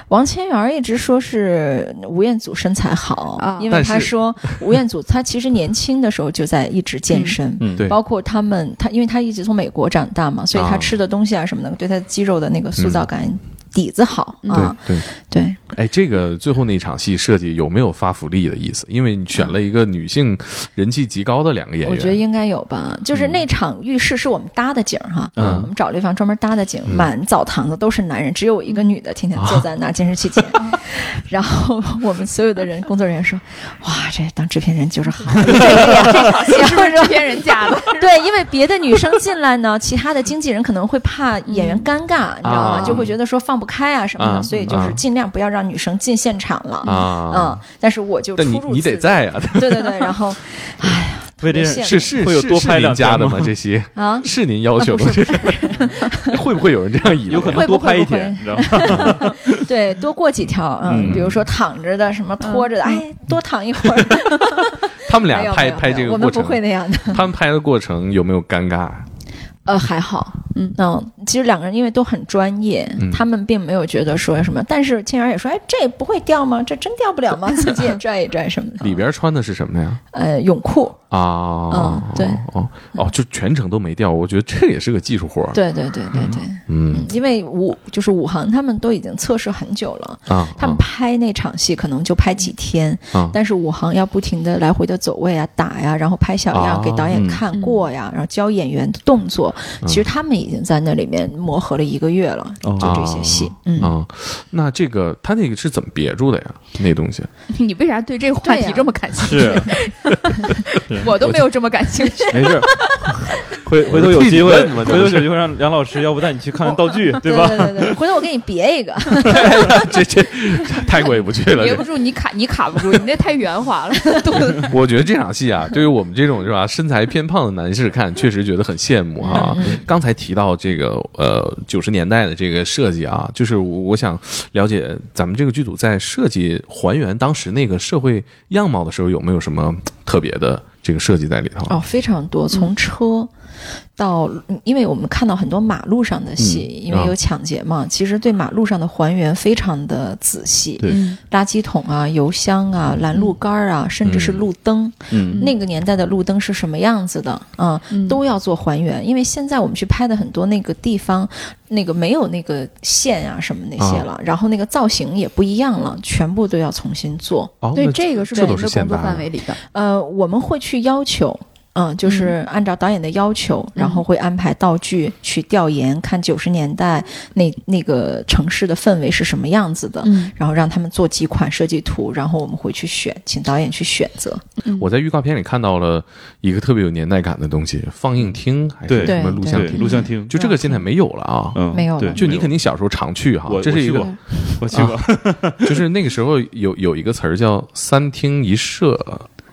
Speaker 2: 王千源一直说是吴彦祖身材好
Speaker 1: 啊，
Speaker 2: 因为
Speaker 3: 但是
Speaker 2: 他说吴彦祖他其实年轻的时候就在一直健身，
Speaker 4: 嗯
Speaker 3: 对
Speaker 2: 包括他们，他因为他一直从美国长大嘛，所以
Speaker 3: 啊
Speaker 2: 他吃的东西啊什么的，对他肌肉的那个塑造感、底子好啊。
Speaker 3: 嗯对对，
Speaker 2: 对，
Speaker 3: 哎，这个最后那场戏设计有没有发福利的意思？因为你选了一个女性人气极高的两个演员，
Speaker 2: 我觉得应该有吧。就是那场浴室是我们搭的景儿哈，
Speaker 3: 嗯
Speaker 2: 我们找了一房专门搭的景，
Speaker 3: 嗯
Speaker 2: 满澡堂子都是男人，只有我一个女的天天坐在那儿监视器 前。然后我们所有的人工作人员说：“哇，这当制片人就是好。”
Speaker 1: 是不是制片人家的？
Speaker 2: 对，因为别的女生进来 呢，其他的经纪人可能会怕演员尴尬，你知道吗？
Speaker 3: 嗯啊
Speaker 2: 就会觉得说放不开啊什么的，
Speaker 3: 啊
Speaker 2: 所以就是尽量不要让女生进现场了。
Speaker 3: 啊
Speaker 2: 嗯，，但是我就出
Speaker 3: 但你
Speaker 2: 入
Speaker 3: 你得
Speaker 2: 自
Speaker 3: 在啊，
Speaker 2: 对对对，然后，哎
Speaker 4: 为这
Speaker 2: 特别羡
Speaker 4: 件
Speaker 2: 慕
Speaker 3: 是是
Speaker 4: 会有
Speaker 3: 是
Speaker 4: 多
Speaker 3: 是
Speaker 4: 拍
Speaker 3: 您
Speaker 4: 两
Speaker 3: 家
Speaker 4: 张
Speaker 3: 的
Speaker 4: 吗
Speaker 3: 吗？这些
Speaker 2: 呀啊，
Speaker 3: 是您要求吗？这是 会不会有人这样以为啊？
Speaker 4: 有可能多拍一点，你 知道吗？
Speaker 2: 对，多过几条，嗯，
Speaker 3: 嗯
Speaker 2: 比如说躺着的，什么拖着的，哎，多躺一会 儿。
Speaker 3: 他们
Speaker 2: 没
Speaker 3: 俩
Speaker 2: 有
Speaker 3: 拍
Speaker 2: 没有
Speaker 3: 拍
Speaker 2: 没
Speaker 3: 这
Speaker 2: 有
Speaker 3: 个
Speaker 2: 我
Speaker 3: 过
Speaker 2: 们不 会
Speaker 3: 程，
Speaker 2: 那样的。
Speaker 3: 他们拍的过程有没有尴尬？
Speaker 2: 呃，还好，
Speaker 1: 嗯
Speaker 2: 嗯，其实两个人因为都很专业，
Speaker 3: 嗯
Speaker 2: 他们并没有觉得说什么，但是青儿也说，哎，这不会掉吗？这真掉不 了吗？自己也拽一拽什么的。
Speaker 3: 里边穿的是什么呀？
Speaker 2: 呃，泳裤，
Speaker 3: 啊，
Speaker 2: 嗯对
Speaker 3: 哦哦，就全程都没掉，我觉得这也是个技术活儿。
Speaker 2: 对对对对对，
Speaker 3: 啊嗯
Speaker 2: 因为武就是武行他们都已经测试很久了，
Speaker 3: 啊，
Speaker 2: 他们拍那场戏可能就拍几天，
Speaker 3: 啊
Speaker 2: 但是武行要不停的来回的走位啊、打呀，然后拍小样、
Speaker 3: 啊
Speaker 2: 给导演看过呀，然后教演员的动作。
Speaker 3: 嗯
Speaker 2: 其实他们已经在那里面磨合了一个月了，
Speaker 4: 哦
Speaker 2: 就这些戏。嗯，
Speaker 3: 啊，那这个他那个是怎么别住的呀？那东西
Speaker 1: 你为啥对这个话
Speaker 2: 对
Speaker 1: 题
Speaker 2: 呀
Speaker 1: 这么感兴趣？
Speaker 4: 是，
Speaker 1: 我都没有这么感兴趣。
Speaker 4: 没事儿，回回头有
Speaker 3: 我替 你
Speaker 4: 机会，
Speaker 3: 问嘛
Speaker 4: 回
Speaker 3: 这
Speaker 4: 头有
Speaker 3: 不是
Speaker 4: 机会让梁老师，要不带你去看看道具， 对吧？
Speaker 2: 对对 对，回头我给你别一个。
Speaker 3: 这这 泰国也不去了。
Speaker 1: 别
Speaker 3: 这
Speaker 1: 不住你卡，你卡不住，你那太圆滑了，肚子
Speaker 3: 我觉得这场戏啊，对于我们这种是吧身材偏胖的男士看，确实觉得很羡慕哈、刚才提到这个呃九十年代的这个设计啊，就是我我想了解咱们这个剧组在设计还原当时那个社会样貌的时候，有没有什么特别的这个设计在里头？
Speaker 2: 哦，非常多，
Speaker 3: 嗯
Speaker 2: 从车到，嗯因为我们看到很多马路上的戏，
Speaker 3: 嗯
Speaker 2: 因为有抢劫嘛，其实对马路上的还原非常的仔细，
Speaker 4: 对
Speaker 1: 嗯
Speaker 2: 垃圾桶啊、油箱啊、拦路杆儿啊，甚至是路灯，
Speaker 4: 嗯
Speaker 2: 那个年代的路灯是什么样子的啊、
Speaker 1: 嗯
Speaker 2: 都要做还原。因为现在我们去拍的很多那个地方，那个没有那个线啊什么那些了，然后那个造型也不一样了，全部都要重新做。
Speaker 3: 哦，
Speaker 1: 对
Speaker 3: 那
Speaker 1: 这个是
Speaker 3: 这
Speaker 1: 我
Speaker 3: 都
Speaker 1: 们
Speaker 3: 是
Speaker 1: 的
Speaker 3: 现
Speaker 1: 工作
Speaker 3: 代
Speaker 4: 啊
Speaker 3: 的
Speaker 1: 范围里的。
Speaker 2: 呃，我们会去要求，嗯、就是按照导演的要求，然后会安排道具去调研，看九十年代那那个城市的氛围是什么样子的，
Speaker 1: 嗯
Speaker 2: 然后让他们做几款设计图，然后我们会去选，请导演去选择。
Speaker 3: 我在预告片里看到了一个特别有年代感的东西，放映厅还是
Speaker 4: 对
Speaker 3: 什么录像
Speaker 4: 对，
Speaker 3: 厅？
Speaker 4: 录像厅，
Speaker 3: 就这个现在没有了啊。
Speaker 4: 嗯，
Speaker 2: 没有了
Speaker 4: 对
Speaker 3: 就你
Speaker 4: 没有
Speaker 3: 肯定小时候常去哈
Speaker 4: 我，
Speaker 3: 这是一
Speaker 4: 嗯
Speaker 3: 个，
Speaker 4: 我去过，
Speaker 3: 就是那个时候有有一个词儿叫“三厅一社”，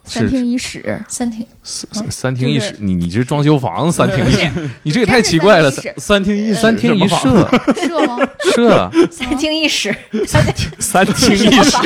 Speaker 1: 三
Speaker 3: 是
Speaker 1: 厅一室，
Speaker 2: 三厅
Speaker 3: 三三三厅一室
Speaker 1: 就，
Speaker 3: 你你这装修房子三厅一室，你这也太奇怪了，
Speaker 1: 真是
Speaker 4: 三厅一
Speaker 3: 三厅一
Speaker 4: 室，
Speaker 3: 舍
Speaker 1: 舍吗？
Speaker 3: 舍
Speaker 2: 三厅一室，三厅
Speaker 3: 三厅一室，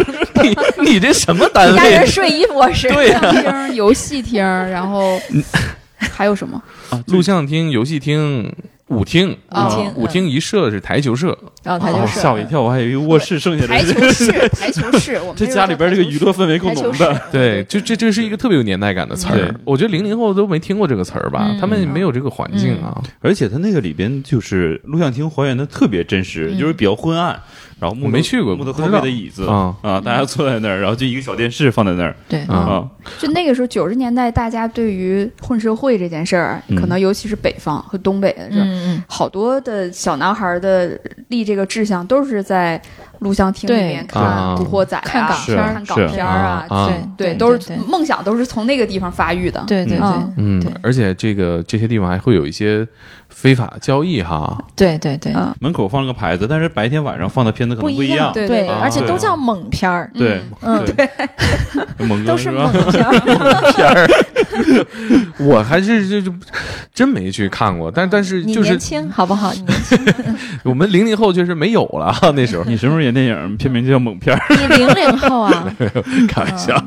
Speaker 3: 你你这什么单
Speaker 2: 家
Speaker 4: 啊
Speaker 2: 人
Speaker 3: 位？
Speaker 2: 睡衣博
Speaker 4: 哦
Speaker 2: 士，
Speaker 3: 对呀、
Speaker 1: 唱厅、游戏厅，然后
Speaker 4: 嗯
Speaker 1: 还有什 么？
Speaker 3: 录像厅、游戏厅、舞厅。
Speaker 2: 啊
Speaker 3: 啊
Speaker 2: 舞厅
Speaker 3: 舞厅一社是台球社，
Speaker 1: 然后台球
Speaker 4: 哦
Speaker 1: 室、
Speaker 4: 吓我一跳，我还以为卧室剩下的
Speaker 1: 台
Speaker 4: 是。
Speaker 1: 球 室、台球室，我们
Speaker 4: 这
Speaker 1: 个
Speaker 4: 家里边这个娱乐氛围够
Speaker 1: 台球
Speaker 4: 浓
Speaker 1: 室
Speaker 4: 的，，
Speaker 3: 对，就这这是一个特别有年代感的词儿
Speaker 4: 对，
Speaker 3: 我觉得零零后都没听过这个词儿吧，
Speaker 2: 嗯
Speaker 3: 他们没有这个环境啊。
Speaker 4: 而且它那个里边就是录像厅还原的特别真实，
Speaker 2: 嗯
Speaker 4: 就是比较昏暗，然后木头
Speaker 3: 我没去过
Speaker 4: 木头
Speaker 3: 不
Speaker 4: 后
Speaker 3: 知
Speaker 4: 背
Speaker 3: 道
Speaker 4: 的椅子
Speaker 3: 啊
Speaker 4: 啊，大家坐在那儿，然后就一个小电视放在那儿
Speaker 2: 对，
Speaker 3: 啊
Speaker 4: 啊，
Speaker 1: 就那个时候九十年代，大家对于混社会这件事儿，
Speaker 4: 嗯
Speaker 1: 可能尤其是北方和东北的时候，
Speaker 2: 嗯嗯，
Speaker 1: 好多的小男孩的立这个志向都是在录像厅里面
Speaker 2: 对
Speaker 1: 看
Speaker 3: 啊
Speaker 1: 《古惑仔》啊、
Speaker 2: 看港
Speaker 4: 片儿
Speaker 1: 看
Speaker 4: 是
Speaker 1: 港片儿啊，
Speaker 3: 啊
Speaker 2: 嗯对
Speaker 1: 对，都是梦想都是从那个地方发育的。
Speaker 2: 对对
Speaker 1: 嗯
Speaker 3: 嗯
Speaker 2: 对，
Speaker 3: 而且这个这些地方还会有一些非法交易哈，
Speaker 2: 对对对对
Speaker 1: 嗯
Speaker 4: 门口放了个牌子，但是白天晚上放的片子可能不
Speaker 2: 一
Speaker 4: 样，啊
Speaker 1: 对
Speaker 2: 对，
Speaker 1: 对
Speaker 2: 而且
Speaker 4: 对
Speaker 2: 都叫猛片儿，
Speaker 4: 对
Speaker 2: 嗯
Speaker 4: 对，猛哥
Speaker 2: 都是猛
Speaker 4: 吧？
Speaker 2: 片儿，
Speaker 3: 片儿，我还是就就真没去看过，但但是
Speaker 2: 你
Speaker 3: 就是
Speaker 2: 年轻好不好？你年轻，
Speaker 3: 我们零零后确实没有了哈，那时候
Speaker 4: 你什么时候演电影？片名就叫猛 片儿，
Speaker 2: 你零零后啊，
Speaker 3: 开玩笑，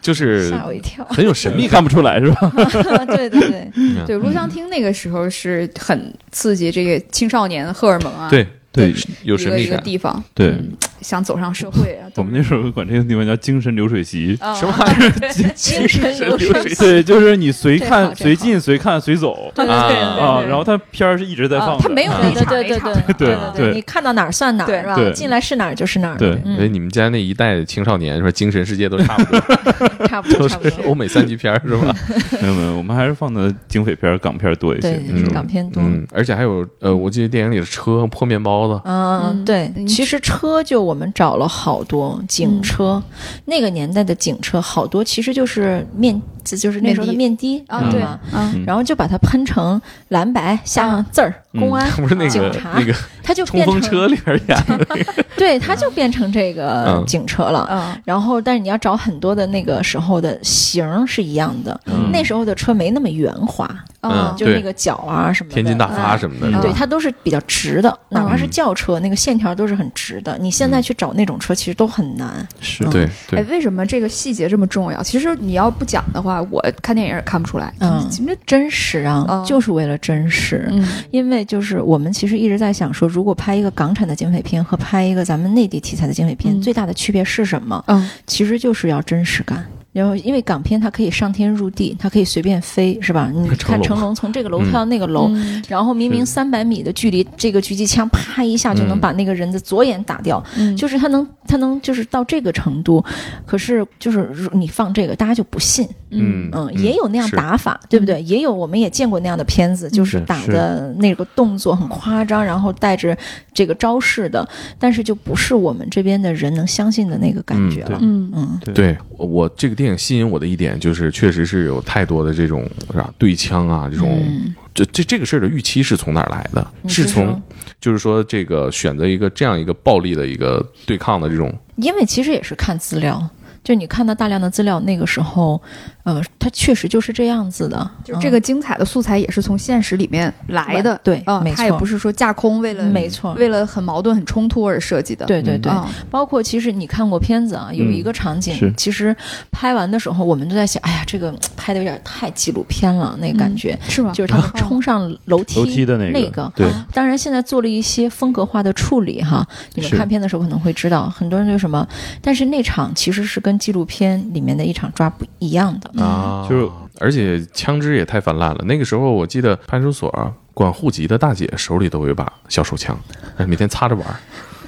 Speaker 3: 就是，
Speaker 2: 嗯吓我一跳
Speaker 3: 很有神秘
Speaker 4: 你
Speaker 3: 感
Speaker 4: 看不出来是吧？
Speaker 2: 对对对，
Speaker 1: 对，录像厅那个时候是很刺激这个青少年荷尔蒙啊，
Speaker 3: 对
Speaker 4: 对
Speaker 3: 有
Speaker 1: 一
Speaker 3: 神
Speaker 1: 个
Speaker 3: 秘
Speaker 1: 一个
Speaker 3: 感。
Speaker 1: 地方
Speaker 4: 对，
Speaker 1: 想走上社会啊，
Speaker 4: 我们那时候管这个地方叫精神流水席。
Speaker 1: 那
Speaker 3: 什么
Speaker 2: 啊
Speaker 3: 玩意儿？
Speaker 2: 精神流水线，
Speaker 4: 对，就是你随
Speaker 2: 这好
Speaker 4: 看、
Speaker 2: 这
Speaker 4: 随进、随看、随走
Speaker 2: 对对对对
Speaker 4: 啊，
Speaker 2: 对
Speaker 4: 然后它片儿是一直在放
Speaker 1: 啊
Speaker 4: 的，，
Speaker 1: 他没有
Speaker 3: 啊
Speaker 1: 那
Speaker 2: 对
Speaker 1: 场
Speaker 2: 对
Speaker 1: 那
Speaker 2: 对对
Speaker 1: 场，
Speaker 4: 对
Speaker 2: 对
Speaker 4: 对
Speaker 2: 你看到哪儿算哪儿
Speaker 1: 对
Speaker 2: 是吧？
Speaker 4: 对
Speaker 2: 进来是哪儿就是哪儿，
Speaker 4: 对
Speaker 3: 所以
Speaker 2: 嗯，
Speaker 3: 你们家那一代的青少年说精神世界都差不多，
Speaker 2: 差不多
Speaker 3: 都
Speaker 2: 差不
Speaker 3: 是
Speaker 2: 多，
Speaker 3: 欧美三级片儿是吧？
Speaker 4: 没有没有，我们还是放的警匪片儿、港片儿多一些
Speaker 2: 对，
Speaker 4: 那时候
Speaker 2: 港片多。
Speaker 3: 嗯，而且还有呃，我记得电影里的车破面包子，
Speaker 2: 嗯，
Speaker 1: 嗯
Speaker 2: 对，
Speaker 1: 嗯
Speaker 2: 其实车就我们找了好多警车，那个年代的警车好多其实就是面，这就是那时候的面的
Speaker 1: 啊，
Speaker 2: 知
Speaker 1: 对
Speaker 2: 道吗
Speaker 1: 啊，
Speaker 4: 嗯
Speaker 2: 然后就把它喷成蓝白，下上字儿，
Speaker 4: 嗯
Speaker 2: 公安、
Speaker 3: 不是那
Speaker 2: 啊警
Speaker 3: 个
Speaker 2: 察，
Speaker 3: 那个
Speaker 2: 它就
Speaker 3: 冲
Speaker 2: 变
Speaker 3: 锋
Speaker 2: 成
Speaker 3: 车里边演的那个
Speaker 2: 对，它就变成这个
Speaker 3: 嗯
Speaker 2: 警车了。
Speaker 1: 啊，
Speaker 2: 然后，但是你要找很多的那个时候的型儿是一样的，
Speaker 3: 嗯
Speaker 2: 那时候的车没那么圆滑，
Speaker 1: 啊
Speaker 3: 嗯
Speaker 2: 就是
Speaker 3: 对
Speaker 2: 那个角啊什么的，嗯
Speaker 3: 天津大发什么的，是吧
Speaker 1: 嗯
Speaker 2: 对，它都是比较直的，哪怕是
Speaker 3: 嗯
Speaker 2: 轿车，那个线条都是很直的。
Speaker 1: 嗯
Speaker 2: 你现在去找那种车，其实都很难。
Speaker 4: 是
Speaker 3: 对
Speaker 1: 哎，
Speaker 3: 对，
Speaker 1: 为什么这个细节这么重要？其实你要不讲的话，我看电影也看不出来。
Speaker 2: 嗯
Speaker 1: 其实
Speaker 2: 真实啊
Speaker 1: 嗯，
Speaker 2: 就是为了真实。
Speaker 1: 嗯
Speaker 2: 因为就是我们其实一直在想说，如果拍一个港产的警匪片和拍一个咱们内地题材的警匪片，
Speaker 1: 嗯
Speaker 2: 最大的区别是什么？
Speaker 1: 嗯
Speaker 2: 其实就是要真实感。然后，因为港片它可以上天入地，它可以随便飞，是吧？你
Speaker 3: 成
Speaker 2: 看
Speaker 3: 龙
Speaker 2: 成龙从这个楼跳到那个楼，
Speaker 1: 嗯
Speaker 2: 然后明明
Speaker 4: 是
Speaker 2: 三百米的距离，这个狙击枪啪一下就能
Speaker 3: 嗯
Speaker 2: 把那个人的左眼打掉，
Speaker 1: 嗯，
Speaker 2: 就是他能他能就是到这个程度，可是就是如你放这个，大家就不信，
Speaker 3: 嗯
Speaker 2: 嗯，也有那样
Speaker 3: 是
Speaker 2: 打法，对不对？也有我们也见过那样的片子，就是
Speaker 3: 是
Speaker 2: 打
Speaker 4: 是
Speaker 2: 的那个动作很夸张，然后带着这个招式的，但是就不是我们这边的人能相信的那个感
Speaker 3: 嗯
Speaker 2: 觉
Speaker 4: 对
Speaker 2: 了，
Speaker 1: 嗯
Speaker 2: 嗯
Speaker 3: 对我我这个电影吸引我的一点就是，确实是有太多的这种是吧对枪啊这种，
Speaker 2: 嗯
Speaker 3: 这这这个事儿的预期是从哪儿来的？
Speaker 2: 你
Speaker 3: 是
Speaker 2: 是
Speaker 3: 从
Speaker 2: 说
Speaker 3: 就是说这个选择一个这样一个暴力的一个对抗的这种，
Speaker 2: 因为其实也是看资料。就你看到大量的资料，那个时候，呃，它确实就是这样子的。嗯
Speaker 1: 就这个精彩的素材也是从现实里面来的。
Speaker 2: 对
Speaker 1: 啊，
Speaker 2: 没
Speaker 1: 它也
Speaker 2: 错
Speaker 1: 不是说架空为了
Speaker 2: 嗯，没错，
Speaker 1: 为了很矛盾、很冲突而设计的。
Speaker 2: 对对对，
Speaker 1: 啊，
Speaker 2: 包括其实你看过片子啊，有
Speaker 4: 嗯
Speaker 2: 一个场景，
Speaker 4: 是
Speaker 2: 其实拍完的时候，我们都在想，哎呀，这个嗯拍的有点太纪录片了，那个感觉、
Speaker 1: 是吗？嗯
Speaker 2: 就是他们冲上楼梯
Speaker 4: 楼梯的那
Speaker 2: 那
Speaker 4: 个对
Speaker 1: 啊
Speaker 2: 当然，现在做了一些风格化的处理哈。你们
Speaker 4: 是
Speaker 2: 看片的时候可能会知道，很多人就什么，但是那场其实是跟纪录片里面的一场抓不一样的。
Speaker 3: 啊
Speaker 4: 就是
Speaker 3: 而且枪支也太泛滥了。那个时候我记得派出所啊、管户籍的大姐手里都有一把小手枪，哎每天擦着玩儿。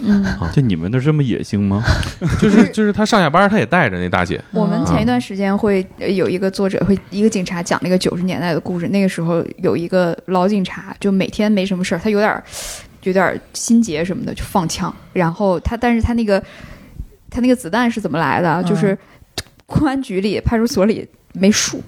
Speaker 1: 嗯，
Speaker 4: 就你们那儿这么野性吗？
Speaker 3: 就是就是她上下班她也带着那大姐，
Speaker 1: 我们前一段时间会呃有一个作者会一个警察讲那个九十年代的故事，那个时候有一个老警察，就每天没什么事儿，他有点儿有点儿心结什么的，就放枪，然后他但是他那个他那个子弹是怎么来的？
Speaker 2: 嗯
Speaker 1: 就是公安局里、派出所里没数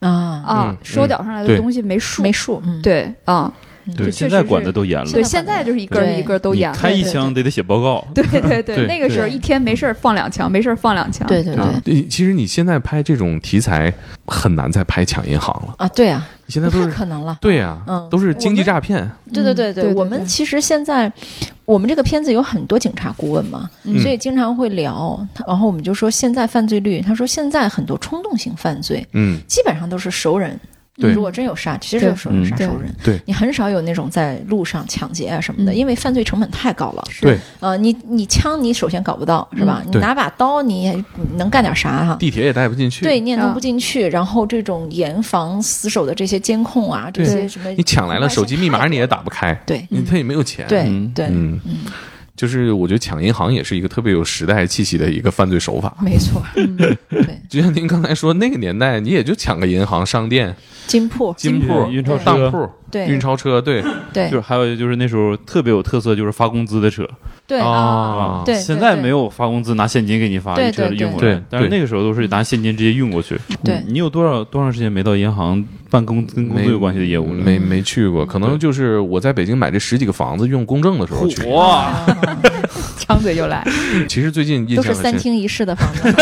Speaker 2: 啊，
Speaker 1: 啊
Speaker 3: 嗯，
Speaker 1: 收缴上来
Speaker 3: 对
Speaker 1: 的东西没数，
Speaker 2: 没数，嗯，
Speaker 1: 对啊，就
Speaker 4: 对，
Speaker 1: 确
Speaker 4: 现
Speaker 1: 实
Speaker 4: 在管
Speaker 1: 是
Speaker 4: 的都严了，
Speaker 1: 对，
Speaker 2: 现
Speaker 1: 现
Speaker 2: 在
Speaker 1: 在就是一根儿
Speaker 2: 对
Speaker 1: 一根儿都
Speaker 4: 你
Speaker 1: 严了。
Speaker 4: 开一枪得得写报告，
Speaker 1: 对对对，
Speaker 3: 对
Speaker 1: 那个时候一天没事儿放两枪，没事儿放两枪。
Speaker 2: 对对对
Speaker 3: 啊，你其实你现在拍这种题材很难再拍抢银行了，
Speaker 2: 啊，对啊，
Speaker 3: 你现在
Speaker 2: 不
Speaker 3: 都
Speaker 2: 太
Speaker 3: 是
Speaker 2: 可能了。
Speaker 3: 对呀、
Speaker 2: 嗯
Speaker 3: 都是经济诈骗，
Speaker 2: 对对对
Speaker 1: 对对
Speaker 2: 我们
Speaker 1: 对
Speaker 2: 其实现在，我们这个片子有很多警察顾问嘛，
Speaker 1: 嗯
Speaker 2: 所以经常会聊。他然后我们就说现在犯罪率，他说现在很多冲动性犯罪
Speaker 3: 嗯，
Speaker 2: 基本上都是熟人。
Speaker 3: 对
Speaker 2: 如果真有杀，其实就是熟人杀
Speaker 1: 对嗯
Speaker 2: 熟人。
Speaker 3: 对
Speaker 2: 你很少有那种在路上抢劫啊什么的，
Speaker 1: 嗯
Speaker 2: 因为犯罪成本太高了。
Speaker 3: 对，
Speaker 2: 呃，你你枪你首先搞不到是
Speaker 1: 嗯
Speaker 2: 吧？你
Speaker 3: 对
Speaker 2: 拿把刀你也你能干点啥哈、
Speaker 3: 地铁也带不进去，
Speaker 2: 对，你也弄
Speaker 1: 啊
Speaker 2: 不进去。然后这种严防死守的这些监控啊，这
Speaker 3: 对
Speaker 2: 些什么，
Speaker 3: 你抢来了手机密码你也打不开，
Speaker 2: 对
Speaker 3: 你他也没有钱，
Speaker 2: 对
Speaker 4: 嗯
Speaker 2: 对，
Speaker 3: 嗯，就是我觉得抢银行也是一个特别有时代气息的一个犯罪手法。
Speaker 2: 没错， 对，
Speaker 3: 就像您刚才说，那个年代你也就抢个银行、商店、
Speaker 2: 金铺，
Speaker 3: 金铺、
Speaker 4: 运运钞车
Speaker 3: 当铺、
Speaker 2: 对
Speaker 3: 运钞车，对
Speaker 2: 对
Speaker 4: 就是还有就是那时候特别有特色，就是发工资的车
Speaker 2: 对
Speaker 3: 啊
Speaker 2: 对
Speaker 4: 现在
Speaker 2: 对
Speaker 4: 没有发工资拿现金给你发，
Speaker 2: 对
Speaker 4: 一车
Speaker 2: 对
Speaker 4: 运过
Speaker 3: 对
Speaker 4: 来
Speaker 3: 对，
Speaker 4: 但是那个时候都是拿现金直接运过去。
Speaker 2: 对
Speaker 4: 你你有多少多长时间没到银行办工跟工
Speaker 3: 没
Speaker 4: 作有关系的业务了？
Speaker 3: 没没去
Speaker 2: 嗯
Speaker 3: 过，可能就是我在北京买这十几个房子用公证的时候去。
Speaker 4: 哇，
Speaker 1: 张嘴就来，
Speaker 3: 其实最近印
Speaker 2: 都是
Speaker 3: 象很
Speaker 2: 三
Speaker 3: 深，
Speaker 2: 厅一室的房 子，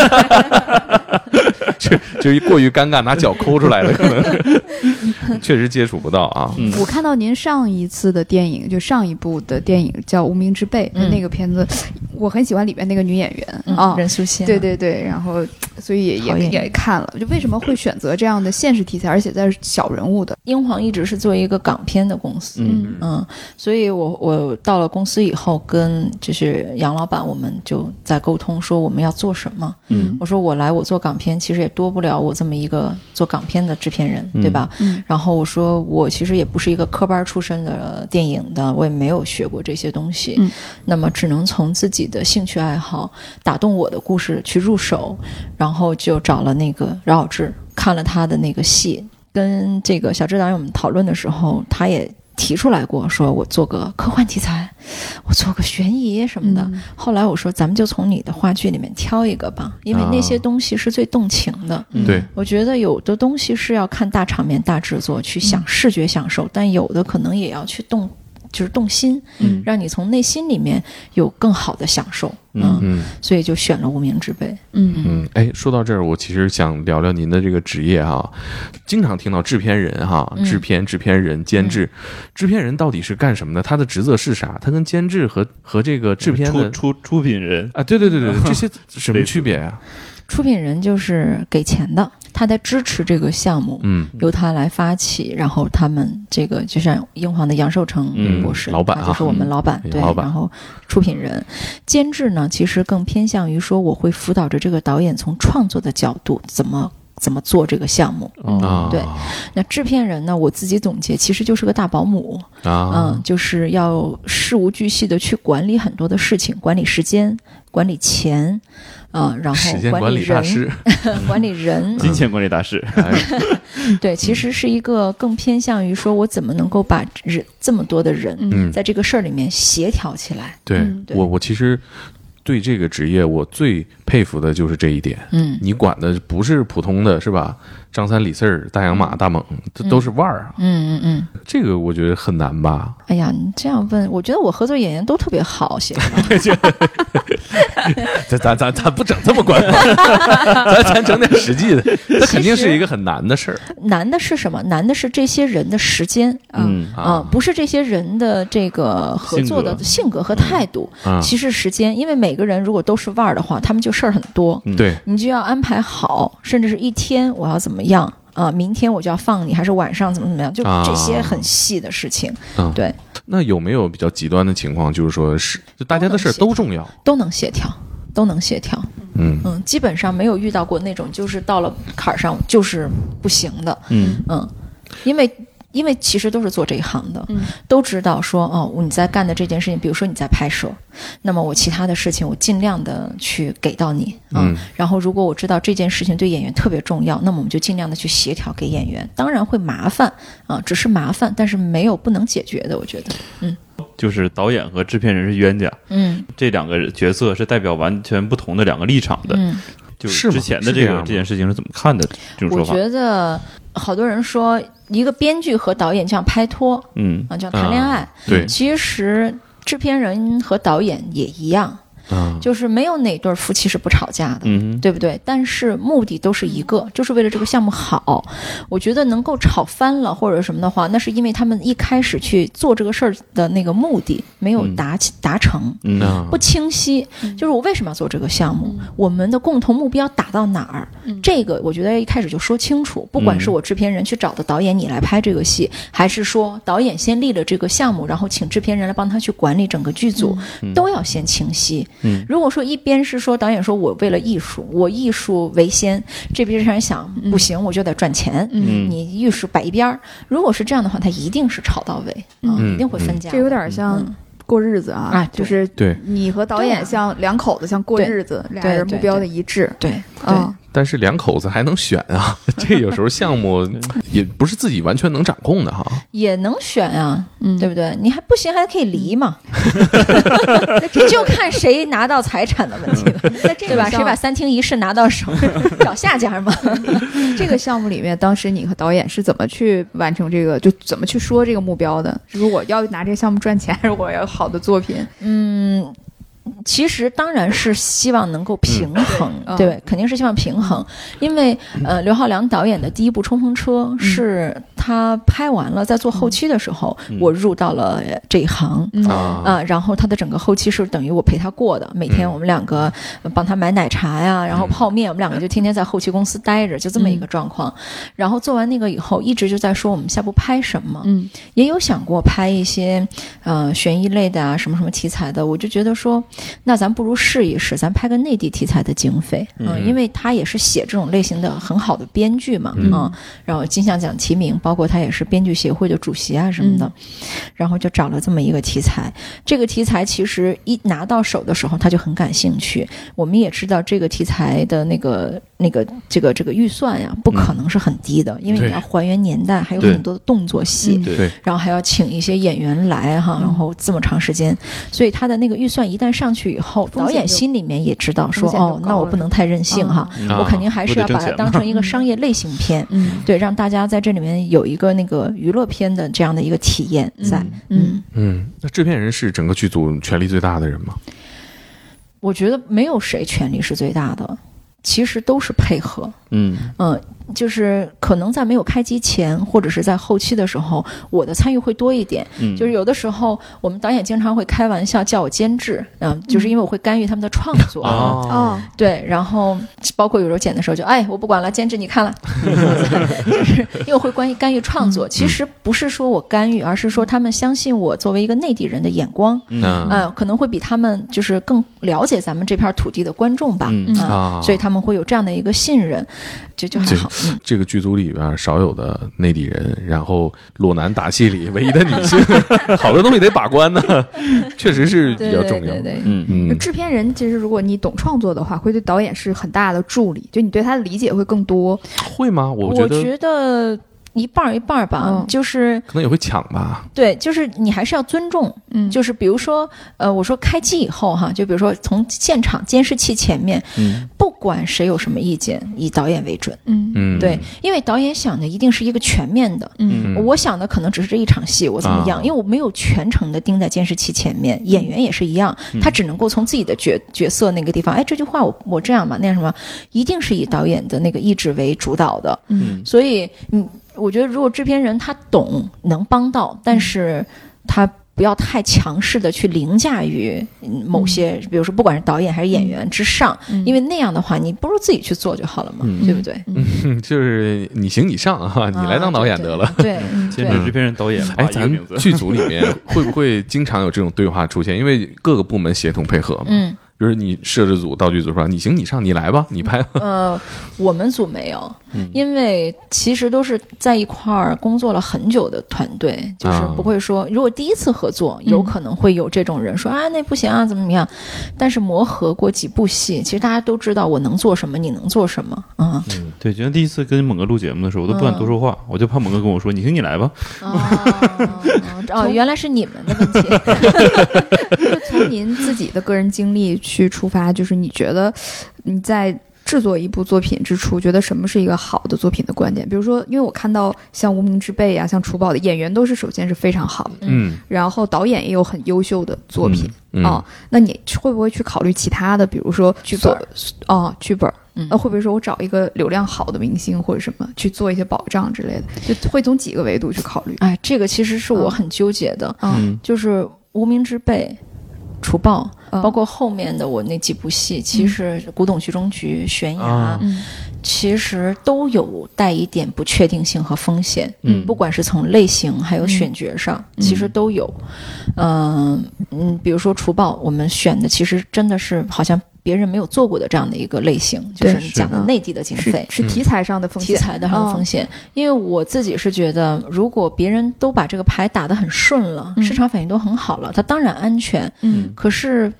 Speaker 3: 就就是过于尴尬，拿脚抠出来的，可能 确实接触不到啊。
Speaker 4: 嗯
Speaker 1: 我看到您上一次的电影，就上一部的电影叫《无名之辈》，
Speaker 2: 嗯
Speaker 1: 那个片子我很喜欢里面那个女演员啊
Speaker 2: 嗯，任素汐，
Speaker 1: 对，对对，然后所以也
Speaker 2: 好
Speaker 1: 也
Speaker 2: 演员
Speaker 1: 也看了，就为什么会选择这样的现实题材，而且在小人物的，
Speaker 2: 英皇一直是作为一个港片的公司，
Speaker 4: 嗯，
Speaker 2: 嗯，所以我我到了公司以后，跟就是杨老板，我们就在沟通说我们要做什么。
Speaker 4: 嗯
Speaker 2: 我说我来我做港片，其实也多不了我这么一个做港片的制片人，对吧？
Speaker 1: 嗯
Speaker 2: 然后我说我其实也不是一个科班出身的电影的，我也没有学过这些东西，
Speaker 1: 嗯
Speaker 2: 那么只能从自己的兴趣爱好打动我的故事去入手，然后就找了那个饶晓志，看了他的那个戏，跟这个小志导演我们讨论的时候，他也。提出来过，说我做个科幻题材，我做个悬疑什么的。
Speaker 1: 嗯
Speaker 2: 后来我说，咱们就从你的话剧里面挑一个吧，因为那些
Speaker 3: 啊
Speaker 2: 东西是最动情的。
Speaker 1: 嗯
Speaker 3: 对，
Speaker 2: 我觉得有的东西是要看大场面、大制作去享视觉享受，但有的可能也要去动，就是动心，
Speaker 1: 嗯
Speaker 2: 让你从内心里面有更好的享受。
Speaker 4: 嗯
Speaker 3: 嗯
Speaker 2: 所以就选了《无名之辈》。
Speaker 1: 嗯
Speaker 3: 嗯，哎，说到这儿，我其实想聊聊您的这个职业哈、经常听到制片人哈、
Speaker 2: 嗯
Speaker 3: 制片、制片人、监制，制片人到底是干什么的？他的职责是啥？他跟监制和和这个制片
Speaker 4: 出
Speaker 3: 的
Speaker 4: 出出品人，
Speaker 3: 啊，对对对对，对 这些什么区别啊？
Speaker 2: 出品人就是给钱的，他在支持这个项目。
Speaker 3: 嗯
Speaker 2: 由他来发起，然后他们这个就像英皇的杨受成
Speaker 4: 嗯
Speaker 2: 博士，
Speaker 3: 老板啊
Speaker 2: 他就是我们老板，
Speaker 3: 嗯
Speaker 2: 对，
Speaker 3: 老板
Speaker 2: 然后出品人、监制呢，其实更偏向于说，我会辅导着这个导演从创作的角度怎么怎么做这个项目。
Speaker 3: 啊，
Speaker 2: 哦对那制片人呢，我自己总结，其实就是个大保姆，
Speaker 3: 啊
Speaker 2: 嗯，，就是要事无巨细的去管理很多的事情，管理时间，管理钱，嗯，然后
Speaker 3: 时间
Speaker 2: 管
Speaker 3: 管
Speaker 2: 理
Speaker 3: 理大
Speaker 2: 人，
Speaker 3: 师，
Speaker 2: 管理人，
Speaker 4: 金钱管理大师，
Speaker 3: 哎
Speaker 2: 对，其实是一个更偏向于说，我怎么能够把人这么多的人
Speaker 3: 嗯，
Speaker 2: 在这个事儿里面协调起来？
Speaker 3: 对
Speaker 1: 嗯
Speaker 2: 对
Speaker 3: 我我其实对这个职业我最佩服的就是这一点。
Speaker 2: 嗯，
Speaker 3: 你管的不是普通的，是吧？张三、李四儿、大洋马、大猛，这都是腕儿啊。
Speaker 2: 嗯嗯嗯，
Speaker 3: 这个我觉得很难 吧？
Speaker 2: 哎呀，你这样问，我觉得我合作演员都特别好，协调。
Speaker 3: 咱咱咱咱不整这么官方，咱咱整点实际的。那肯定是一个很难的事儿
Speaker 2: 难的是什么？难的是这些人的时间
Speaker 1: 嗯
Speaker 4: 嗯
Speaker 2: 啊、
Speaker 3: 啊
Speaker 2: 不是这些人的这个合作的
Speaker 4: 性格
Speaker 2: 性格和嗯态度，
Speaker 3: 啊！
Speaker 2: 其实时间，因为每个人如果都是腕儿的话，他们就事儿很多，
Speaker 4: 嗯
Speaker 3: 对，
Speaker 2: 你就要安排好，甚至是一天我要怎么样啊、明天我就要放你，还是晚上怎么怎么样，就
Speaker 3: 啊
Speaker 2: 这些很细的事情
Speaker 3: 嗯，
Speaker 2: 对，
Speaker 3: 那有没有比较极端的情况，就是说是就大家的事儿都重要？
Speaker 2: 都能协调，都能协调，
Speaker 3: 嗯
Speaker 2: 嗯，基本上没有遇到过那种就是到了坎儿上就是不行的，
Speaker 4: 嗯
Speaker 2: 嗯，因为。因为其实都是做这一行的，
Speaker 1: 嗯
Speaker 2: 都知道说哦，你在干的这件事情，比如说你在拍摄，那么我其他的事情我尽量的去给到你，啊
Speaker 3: 嗯
Speaker 2: 然后如果我知道这件事情对演员特别重要，那么我们就尽量的去协调给演员。当然会麻烦啊，只是麻烦，但是没有不能解决的，我觉得，
Speaker 4: 就是导演和制片人是冤家，
Speaker 2: 嗯
Speaker 4: 这两个角色是代表完全不同的两个立场的。
Speaker 2: 嗯。
Speaker 4: 就是
Speaker 3: 吗
Speaker 4: 之前的
Speaker 3: 是这
Speaker 4: 这
Speaker 3: 样
Speaker 4: 个
Speaker 3: 吗
Speaker 4: 这件事情是怎么看的？这种
Speaker 2: 我
Speaker 4: 说法，
Speaker 2: 觉得好多人说一个编剧和导演叫拍拖
Speaker 4: 嗯
Speaker 2: 啊，叫谈恋爱。
Speaker 3: 对，
Speaker 2: 其实制片人和导演也一样，
Speaker 3: 嗯，
Speaker 2: 就是没有哪对夫妻是不吵架的。
Speaker 4: 嗯
Speaker 2: 对不对？但是目的都是一个，就是为了这个项目好。我觉得能够吵翻了或者什么的话，那是因为他们一开始去做这个事儿的那个目的没有
Speaker 4: 嗯
Speaker 2: 达起、达成，
Speaker 4: 嗯
Speaker 3: 那
Speaker 2: 不清晰。
Speaker 1: 嗯
Speaker 2: 就是我为什么要做这个项目？我们的共同目标打到哪儿？
Speaker 1: 嗯
Speaker 2: 这个我觉得一开始就说清楚。不管是我制片人去找的导演你来拍这个戏，还是说导演先立了这个项目，然后请制片人来帮他去管理整个剧
Speaker 1: 嗯
Speaker 2: 组，
Speaker 3: 嗯
Speaker 2: 都要先清晰。
Speaker 4: 嗯
Speaker 2: 如果说一边是说导演说我为了艺术，我艺术为先，这边人想
Speaker 1: 嗯
Speaker 2: 不行，我就得赚钱。
Speaker 4: 嗯
Speaker 2: 你艺术摆一边儿，如果是这样的话，他一定是吵到位，啊
Speaker 3: 嗯
Speaker 2: 一定会分家的。
Speaker 1: 这有点像
Speaker 2: 嗯
Speaker 1: 过日子啊，
Speaker 2: 啊对
Speaker 1: 就是
Speaker 3: 对。
Speaker 1: 你和导
Speaker 2: 对啊
Speaker 1: 演像两口子，像过
Speaker 2: 对
Speaker 1: 日子，俩
Speaker 2: 对
Speaker 1: 人目
Speaker 2: 对
Speaker 1: 标
Speaker 2: 对
Speaker 1: 的一致
Speaker 2: 对对
Speaker 1: 啊。
Speaker 3: 但是两口子还能选啊， 这有时候项目也不是自己完全能掌控的哈。
Speaker 2: 也能选啊，
Speaker 1: 嗯
Speaker 2: 对不对？你还不行，还可以 离嘛，就看谁拿到财产的问题
Speaker 1: 嗯
Speaker 2: 了，对吧？
Speaker 1: 上
Speaker 2: 谁把三厅一室拿到手，找下家嘛。
Speaker 1: 这个项目里面，当时你和导演是怎么去完成这个，就怎么去说这个目标的？是说我要拿这个项目赚钱，还是我要有好的作品？
Speaker 2: 嗯，其实当然是希望能够平衡，
Speaker 1: 嗯
Speaker 2: 对，肯定是希望平衡，因为呃，刘浩良导演的第一部《冲锋车》
Speaker 1: 嗯
Speaker 2: 是他拍完了，在做后期的时候，
Speaker 4: 嗯
Speaker 2: 我入到了呃这一行。
Speaker 1: 嗯
Speaker 3: 啊
Speaker 2: 啊、然后他的整个后期是等于我陪他过的，每天
Speaker 3: 嗯
Speaker 2: 我们两个呃帮他买奶茶呀，然后泡面，我们两个就天天在后期公司待着，就这么一个状况。然后做完那个以后，一直就在说我们下步拍什么，
Speaker 1: 嗯
Speaker 2: 也有想过拍一些呃悬疑类的啊，什么什么题材的。我就觉得说，那咱不如试一试，咱拍个内地题材的警匪，嗯、
Speaker 3: 嗯
Speaker 2: 因为他也是写这种类型的很好的编剧嘛，
Speaker 3: 嗯
Speaker 2: 啊然后金像奖提名，包括他也是编剧协会的主席啊什么
Speaker 3: 嗯
Speaker 2: 的，然后就找了这么一个题材。这个题材其实一拿到手的时候，他就很感兴趣。我们也知道这个题材的那个那个这个这个预算呀，不可能是很低的，因为你
Speaker 3: 嗯对
Speaker 2: 要还原年代，还有
Speaker 3: 对
Speaker 2: 很多的动作戏。
Speaker 1: 嗯
Speaker 4: 对
Speaker 3: 对
Speaker 2: 然后还要请一些演员来哈，
Speaker 1: 嗯
Speaker 2: 然后这么长时间，所以他的那个预算一旦上去以后，
Speaker 1: 风险
Speaker 2: 导演
Speaker 1: 就
Speaker 2: 心里面也知道说，
Speaker 1: 风险就
Speaker 2: 哦，
Speaker 1: 高
Speaker 2: 那我
Speaker 1: 了嗯
Speaker 2: 不能太任性哈，
Speaker 3: 啊
Speaker 2: 嗯我肯定还是要把它当成一个商业类型 片，
Speaker 1: 嗯
Speaker 2: 对，让大家在这里面有一个那个娱乐片的这样的一个体验在。
Speaker 1: 嗯
Speaker 3: 嗯，那制片人是整个剧组权力最大的人吗？
Speaker 2: 我觉得没有谁权力是最大的，其实都是配合，
Speaker 4: 嗯
Speaker 2: 嗯，就是可能在没有开机前，或者是在后期的时候，我的参与会多一点，
Speaker 4: 嗯，
Speaker 2: 就是有的时候，我们导演经常会开玩笑叫我监制，嗯，就是因为我会干预他们的创作，
Speaker 3: 嗯
Speaker 4: 啊
Speaker 1: 哦，
Speaker 2: 对，然后包括有时候剪的时候就，哎，我不管了，监制你 看了，就是因为我会关于干预创
Speaker 3: 嗯
Speaker 2: 作，其实不是说我干预，而是说他们相信我作为一个内地人的眼光，
Speaker 4: 嗯
Speaker 2: 嗯，可能会比他们就是更了解咱们这片土地的观众吧，
Speaker 4: 嗯
Speaker 2: 嗯
Speaker 3: 啊，
Speaker 2: 所以他们会有这样的一个信任，就就还
Speaker 3: 这
Speaker 2: 好，嗯，
Speaker 3: 这个剧组里边少有的内地人，然后裸男打戏里唯一的女 性，好多东西得把关呢，确实是比
Speaker 2: 对
Speaker 3: 较
Speaker 2: 对
Speaker 3: 重要
Speaker 2: 对。对，
Speaker 4: 嗯
Speaker 1: 就
Speaker 3: 嗯，
Speaker 1: 制片人其实如果你懂创作的话，会对导演是很大的助力，就你对他的理解会更多。
Speaker 3: 会吗？我
Speaker 2: 我
Speaker 3: 觉得
Speaker 2: 觉得一半儿一半儿吧，
Speaker 1: 嗯
Speaker 2: 就是
Speaker 3: 可能也会抢吧。
Speaker 2: 对，就是你还是要尊重
Speaker 1: 嗯
Speaker 2: 就是比如说，呃，我说开机以后哈，就比如说从现场监视器前面，
Speaker 4: 嗯
Speaker 2: 不管谁有什么意见，以导演为准。
Speaker 1: 嗯
Speaker 3: 嗯，
Speaker 2: 对，因为导演想的一定是一个全面的，
Speaker 1: 嗯
Speaker 3: 嗯
Speaker 2: 我想的可能只是这一场戏我怎么样，
Speaker 3: 啊
Speaker 2: 因为我没有全程的盯在监视器前面，演员也是一样，他只能够从自己的角角色那个地方，哎，这句话我我这样吧，那样什么，一定是以导演的那个意志为主导的。
Speaker 1: 嗯
Speaker 2: 所以，嗯，我觉得如果制片人他懂，能帮到，但是
Speaker 1: 嗯
Speaker 2: 他不要太强势的去凌驾于嗯某些，比如说不管是导演还是演员之上，
Speaker 1: 嗯
Speaker 2: 因为那样的话，你不如自己去做就好了嘛，
Speaker 4: 嗯
Speaker 2: 对不对？
Speaker 3: 嗯 就是你行你上啊，你来当导演得了。
Speaker 2: 啊。对对
Speaker 4: 监制、制片人、导演，
Speaker 3: 哎，
Speaker 4: 哇一个
Speaker 3: 咱
Speaker 4: 名字
Speaker 3: 剧组里面 会不会经常有这种对话出现？因为各个部门协同配合嘛，
Speaker 2: 嗯
Speaker 3: 比如你摄制组、道具组说你行你上，你来吧，你拍吧。
Speaker 2: 呃，我们组没有，因为其实都是在一块儿工作了很久的团队，就是
Speaker 3: 啊
Speaker 2: 不会说，如果第一次合作，
Speaker 1: 嗯
Speaker 2: 有可能会有这种人说啊那不行啊怎么怎么样，但是磨合过几部戏，其实大家都知道我能做什么，你能做什么啊。
Speaker 4: 对，就像第一次跟猛哥录节目的时候，我都不敢多说话，我就怕猛哥跟我说：“你行，你来吧。
Speaker 2: 嗯哦， 哦原来是你们的问题。
Speaker 1: 从您自己的个人经历去出发，就是你觉得你在制作一部作品之初，觉得什么是一个好的作品的关键。比如说，因为我看到像《无名之辈》啊，像《楚宝》的演员都是首先是非常好的，
Speaker 3: 嗯
Speaker 1: 然后导演也有很优秀的作品
Speaker 3: 嗯
Speaker 2: 哦
Speaker 1: 啊、那你会不会去考虑其他的，比如说去做啊、剧本？
Speaker 2: 嗯
Speaker 1: 那会不会说我找一个流量好的明星或者什么去做一些保障之类的？就会从几个维度去考虑。
Speaker 2: 哎，这个其实是我
Speaker 1: 嗯
Speaker 2: 很纠结的，
Speaker 1: 嗯，
Speaker 2: 就是《无名之辈》《除暴》，
Speaker 1: 嗯
Speaker 2: 包括后面的我那几部戏，其实《古董局中局》《悬崖》
Speaker 4: 啊
Speaker 1: 嗯
Speaker 2: 其实都有带一点不确定性和风险，
Speaker 3: 嗯
Speaker 2: 不管是从类型还有选角上，其实都有。嗯嗯，比如说《除暴》，我们选的其实真的是好像别人没有做过的这样的一个类型，就
Speaker 1: 对
Speaker 2: 是你讲的
Speaker 1: 是
Speaker 2: 内地的经费
Speaker 1: 是。是题材上的风
Speaker 2: 题
Speaker 1: 险，嗯
Speaker 2: 材的还有风险，因为我自己是觉得，如果别人都把这个牌打得很顺了，
Speaker 1: 嗯
Speaker 2: 市场反应都很好了，它当然安全。
Speaker 1: 嗯
Speaker 2: 可是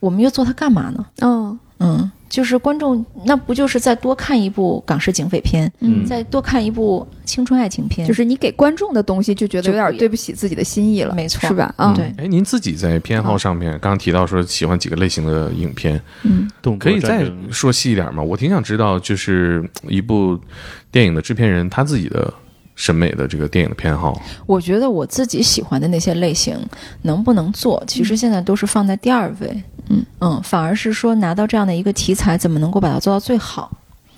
Speaker 2: 我们又做它干嘛呢？
Speaker 1: 嗯
Speaker 2: 嗯，就是观众那不就是再多看一部港式警匪片，
Speaker 1: 嗯，
Speaker 2: 再多看一部青春爱情片，
Speaker 1: 就是你给观众的东西就觉得有点对不起自己的心意了，
Speaker 2: 没错
Speaker 1: 是吧？
Speaker 2: 嗯
Speaker 1: 啊，
Speaker 2: 对
Speaker 3: 哎，您自己在偏好上面，刚刚提到说喜欢几个类型的影片，
Speaker 1: 嗯
Speaker 4: 动作
Speaker 3: 可以
Speaker 4: 战
Speaker 3: 再
Speaker 4: 争
Speaker 3: 说细一点吗？我挺想知道，就是一部电影的制片人他自己的审美的这个电影的偏好。
Speaker 2: 我觉得我自己喜欢的那些类型能不能做，其实现在都是放在第二位。
Speaker 1: 嗯
Speaker 2: 嗯，反而是说拿到这样的一个题材，怎么能够把它做到最好，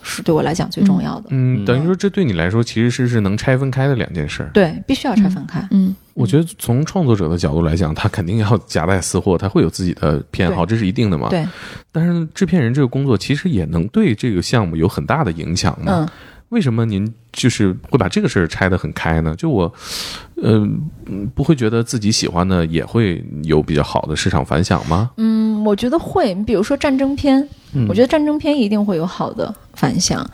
Speaker 2: 是对我来讲最重要的。
Speaker 3: 嗯，
Speaker 4: 嗯
Speaker 3: 等于说这对你来说其实是是能拆分开的两件事儿。
Speaker 2: 对，必须要拆分开。
Speaker 1: 嗯
Speaker 3: 我觉得从创作者的角度来讲，他肯定要夹带私货，他会有自己的偏好，这是一定的嘛。
Speaker 2: 对，
Speaker 3: 但是制片人这个工作其实也能对这个项目有很大的影响嘛。
Speaker 2: 嗯，
Speaker 3: 为什么您就是会把这个事儿拆得很开呢？就我，呃，嗯不会觉得自己喜欢的也会有比较好的市场反响吗？
Speaker 2: 嗯，我觉得会。你比如说战争片，
Speaker 4: 嗯
Speaker 2: 我觉得战争片一定会有好的反响，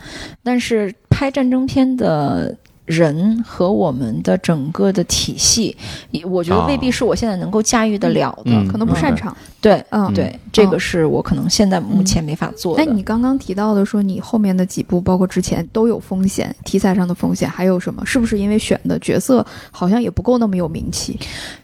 Speaker 2: 但是拍战争片的。人和我们的整个的体系，也我觉得未必
Speaker 3: 啊
Speaker 2: 是我现在能够驾驭得了的。
Speaker 4: 嗯
Speaker 1: 可能不擅长。
Speaker 2: 对，
Speaker 1: 嗯，
Speaker 2: 对，这个是我可能现在目前没法做的。
Speaker 1: 那你刚刚提到的说你后面的几部，包括之前都有风险，题材上的风险，还有什么？是不是因为选的角色好像也不够那么有名气，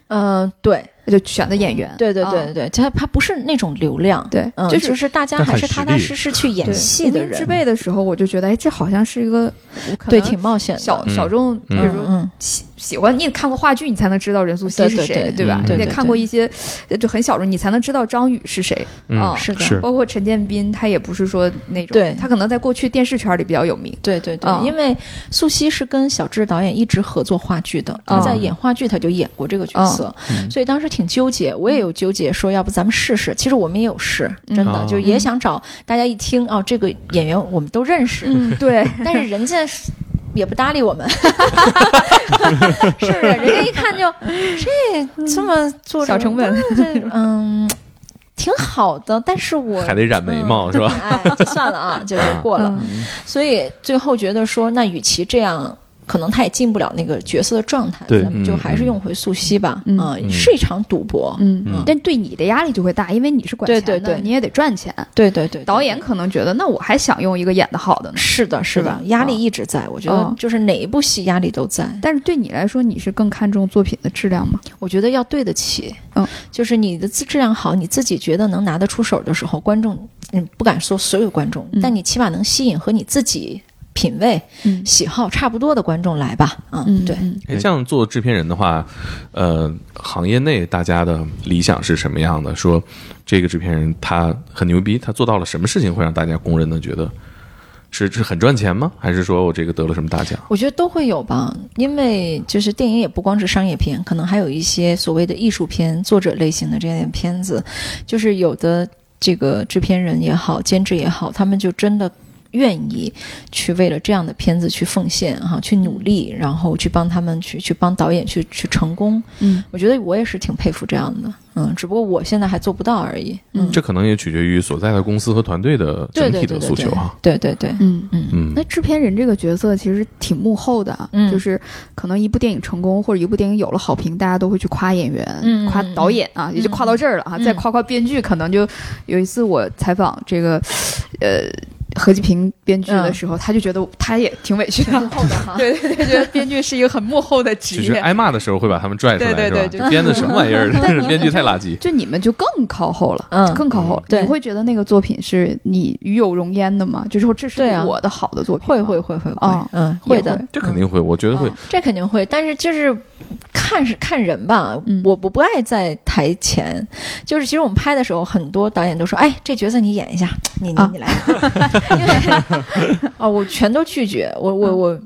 Speaker 2: 呃，对，
Speaker 1: 就选的演员？
Speaker 2: 对对
Speaker 1: 啊
Speaker 2: 对对对，它它不是那种流量，
Speaker 1: 对
Speaker 2: 嗯，
Speaker 1: 就
Speaker 2: 就是是大家
Speaker 3: 但
Speaker 2: 还
Speaker 3: 很
Speaker 2: 是
Speaker 3: 实
Speaker 2: 踏踏
Speaker 3: 力
Speaker 2: 实实去演
Speaker 1: 对
Speaker 2: 戏的
Speaker 1: 无名之
Speaker 2: 人，
Speaker 1: 辈的时候，我就觉得，哎，这好像是一个可
Speaker 2: 对，
Speaker 1: 能
Speaker 2: 挺冒险的。
Speaker 1: 小
Speaker 3: 嗯
Speaker 1: 小众，比
Speaker 3: 嗯
Speaker 1: 如
Speaker 2: 嗯
Speaker 1: 说
Speaker 2: 嗯，
Speaker 1: 喜喜欢，你得看过话剧，你才能知道任素汐
Speaker 2: 对
Speaker 1: 是
Speaker 2: 对
Speaker 1: 谁，
Speaker 2: 对
Speaker 1: 吧
Speaker 3: 嗯？
Speaker 1: 你
Speaker 3: 对
Speaker 1: 得
Speaker 2: 对
Speaker 1: 看
Speaker 2: 对
Speaker 1: 过一些呃就很小众，你才能知道张宇是谁。
Speaker 3: 嗯
Speaker 1: 啊
Speaker 2: 是的
Speaker 3: 是
Speaker 1: 包括陈建斌，他也不是说那种，
Speaker 2: 对
Speaker 1: 他可能在过去电视圈里比较有 名。
Speaker 2: 对对对，
Speaker 1: 嗯
Speaker 2: 因为素汐是跟小智导演一直合作话剧的，他在
Speaker 1: 嗯
Speaker 2: 演话剧他就演过这个角色，
Speaker 4: 嗯
Speaker 2: 所以当时挺纠结，我也有纠结，说要不咱们试试？其实我们也有试，真的、
Speaker 3: 嗯
Speaker 2: 就也想找大家一听哦，这个演员我们都 认识，
Speaker 1: 嗯，对，
Speaker 2: 但是人家是也不搭 理我们，是不是？人家一看就这这么做
Speaker 1: 小成 本，
Speaker 2: 这嗯挺好的，但是我
Speaker 3: 还得染眉毛、是吧？
Speaker 2: 哎，就算了 啊，就就 过了。
Speaker 1: 嗯
Speaker 2: 所以最后觉得说，那与其这样。可能他也进不了那个角色的状态，
Speaker 4: 对
Speaker 2: 咱们就
Speaker 3: 嗯
Speaker 2: 还是用回素汐吧。
Speaker 1: 嗯
Speaker 2: 啊是一场赌博。
Speaker 1: 嗯
Speaker 4: 嗯，
Speaker 1: 但对你的压力就会大，因为你是管钱的，
Speaker 2: 对对对
Speaker 1: 你也得赚钱。
Speaker 2: 对对对，对
Speaker 1: 导演可能觉得，那我还想用一个演的好的呢。
Speaker 2: 是的，是的啊
Speaker 1: 对，
Speaker 2: 压力一直在。我觉得
Speaker 1: 哦
Speaker 2: 就是哪一部戏压力都在。
Speaker 1: 但是对你来说，你是更看重作品的质量吗？
Speaker 2: 我觉得要对得起，
Speaker 1: 嗯，
Speaker 2: 就是你的质量好，你自己觉得能拿得出手的时候，观众，嗯，不敢说所有观众，
Speaker 1: 嗯
Speaker 2: 但你起码能吸引和你自己品味、
Speaker 1: 嗯
Speaker 2: 喜好差不多的观众来吧，嗯，
Speaker 1: 嗯，
Speaker 2: 对，
Speaker 1: 嗯
Speaker 3: 哎，像做制片人的话，呃，行业内大家的理想是什么样的？说这个制片人他很牛逼，他做到了什么事情会让大家公认的觉得是是很赚钱吗？还是说我这个得了什么大奖？
Speaker 2: 我觉得都会有吧，因为就是电影也不光是商业片，可能还有一些所谓的艺术片、作者类型的这样的片子，就是有的这个制片人也好，监制也好，他们就真的。愿意去为了这样的片子去奉献哈、去努力，然后去帮他们去去帮导演去去成功。
Speaker 1: 嗯，
Speaker 2: 我觉得我也是挺佩服这样的，嗯，只不过我现在还做不到而已。嗯，
Speaker 3: 这可能也取决于所在的公司和团队的
Speaker 2: 对
Speaker 3: 整
Speaker 2: 对
Speaker 3: 体
Speaker 2: 对
Speaker 3: 的
Speaker 2: 对
Speaker 3: 诉求啊。
Speaker 2: 对对 对，
Speaker 1: 嗯。
Speaker 2: 嗯
Speaker 3: 嗯
Speaker 1: 那制片人这个角色其实挺幕后的啊，
Speaker 2: 嗯
Speaker 1: 就是可能一部电影成功或者一部电影有了好评，大家都会去夸演员、
Speaker 2: 嗯
Speaker 1: 夸导演啊，也就夸到这儿了啊。
Speaker 2: 嗯
Speaker 1: 再夸夸编剧，可能就有一次我采访这个，呃，何继平编剧
Speaker 2: 嗯
Speaker 1: 的时候，他就觉得他也挺委屈的，对对对，觉得编剧是一个很幕后的职
Speaker 3: 就是
Speaker 1: 业。
Speaker 3: 挨骂的时候会把他们拽出来，
Speaker 1: 对对对
Speaker 3: 是
Speaker 1: 就
Speaker 3: 吧？这编的什么玩 意儿？
Speaker 1: 但你
Speaker 3: 编剧太垃圾。
Speaker 1: 就你们就更靠后了，
Speaker 2: 嗯
Speaker 1: 更靠后了。
Speaker 2: 对
Speaker 1: 你会觉得那个作品是你与有荣焉的吗？就是说这是
Speaker 2: 对啊
Speaker 1: 我的好的作品吗，
Speaker 2: 会会会会
Speaker 1: 哦
Speaker 2: 会，嗯，
Speaker 1: 也
Speaker 2: 会的
Speaker 1: 会，
Speaker 3: 这肯定会，我觉得会
Speaker 2: 嗯。这肯定会，但是就是看是看人吧，
Speaker 1: 嗯
Speaker 2: 我我不爱在台前，就是其实我们拍的时候，很多导演都说，哎，这角色你演一下，你你
Speaker 1: 啊
Speaker 2: 你来， 因为啊，我全都拒绝，我我我，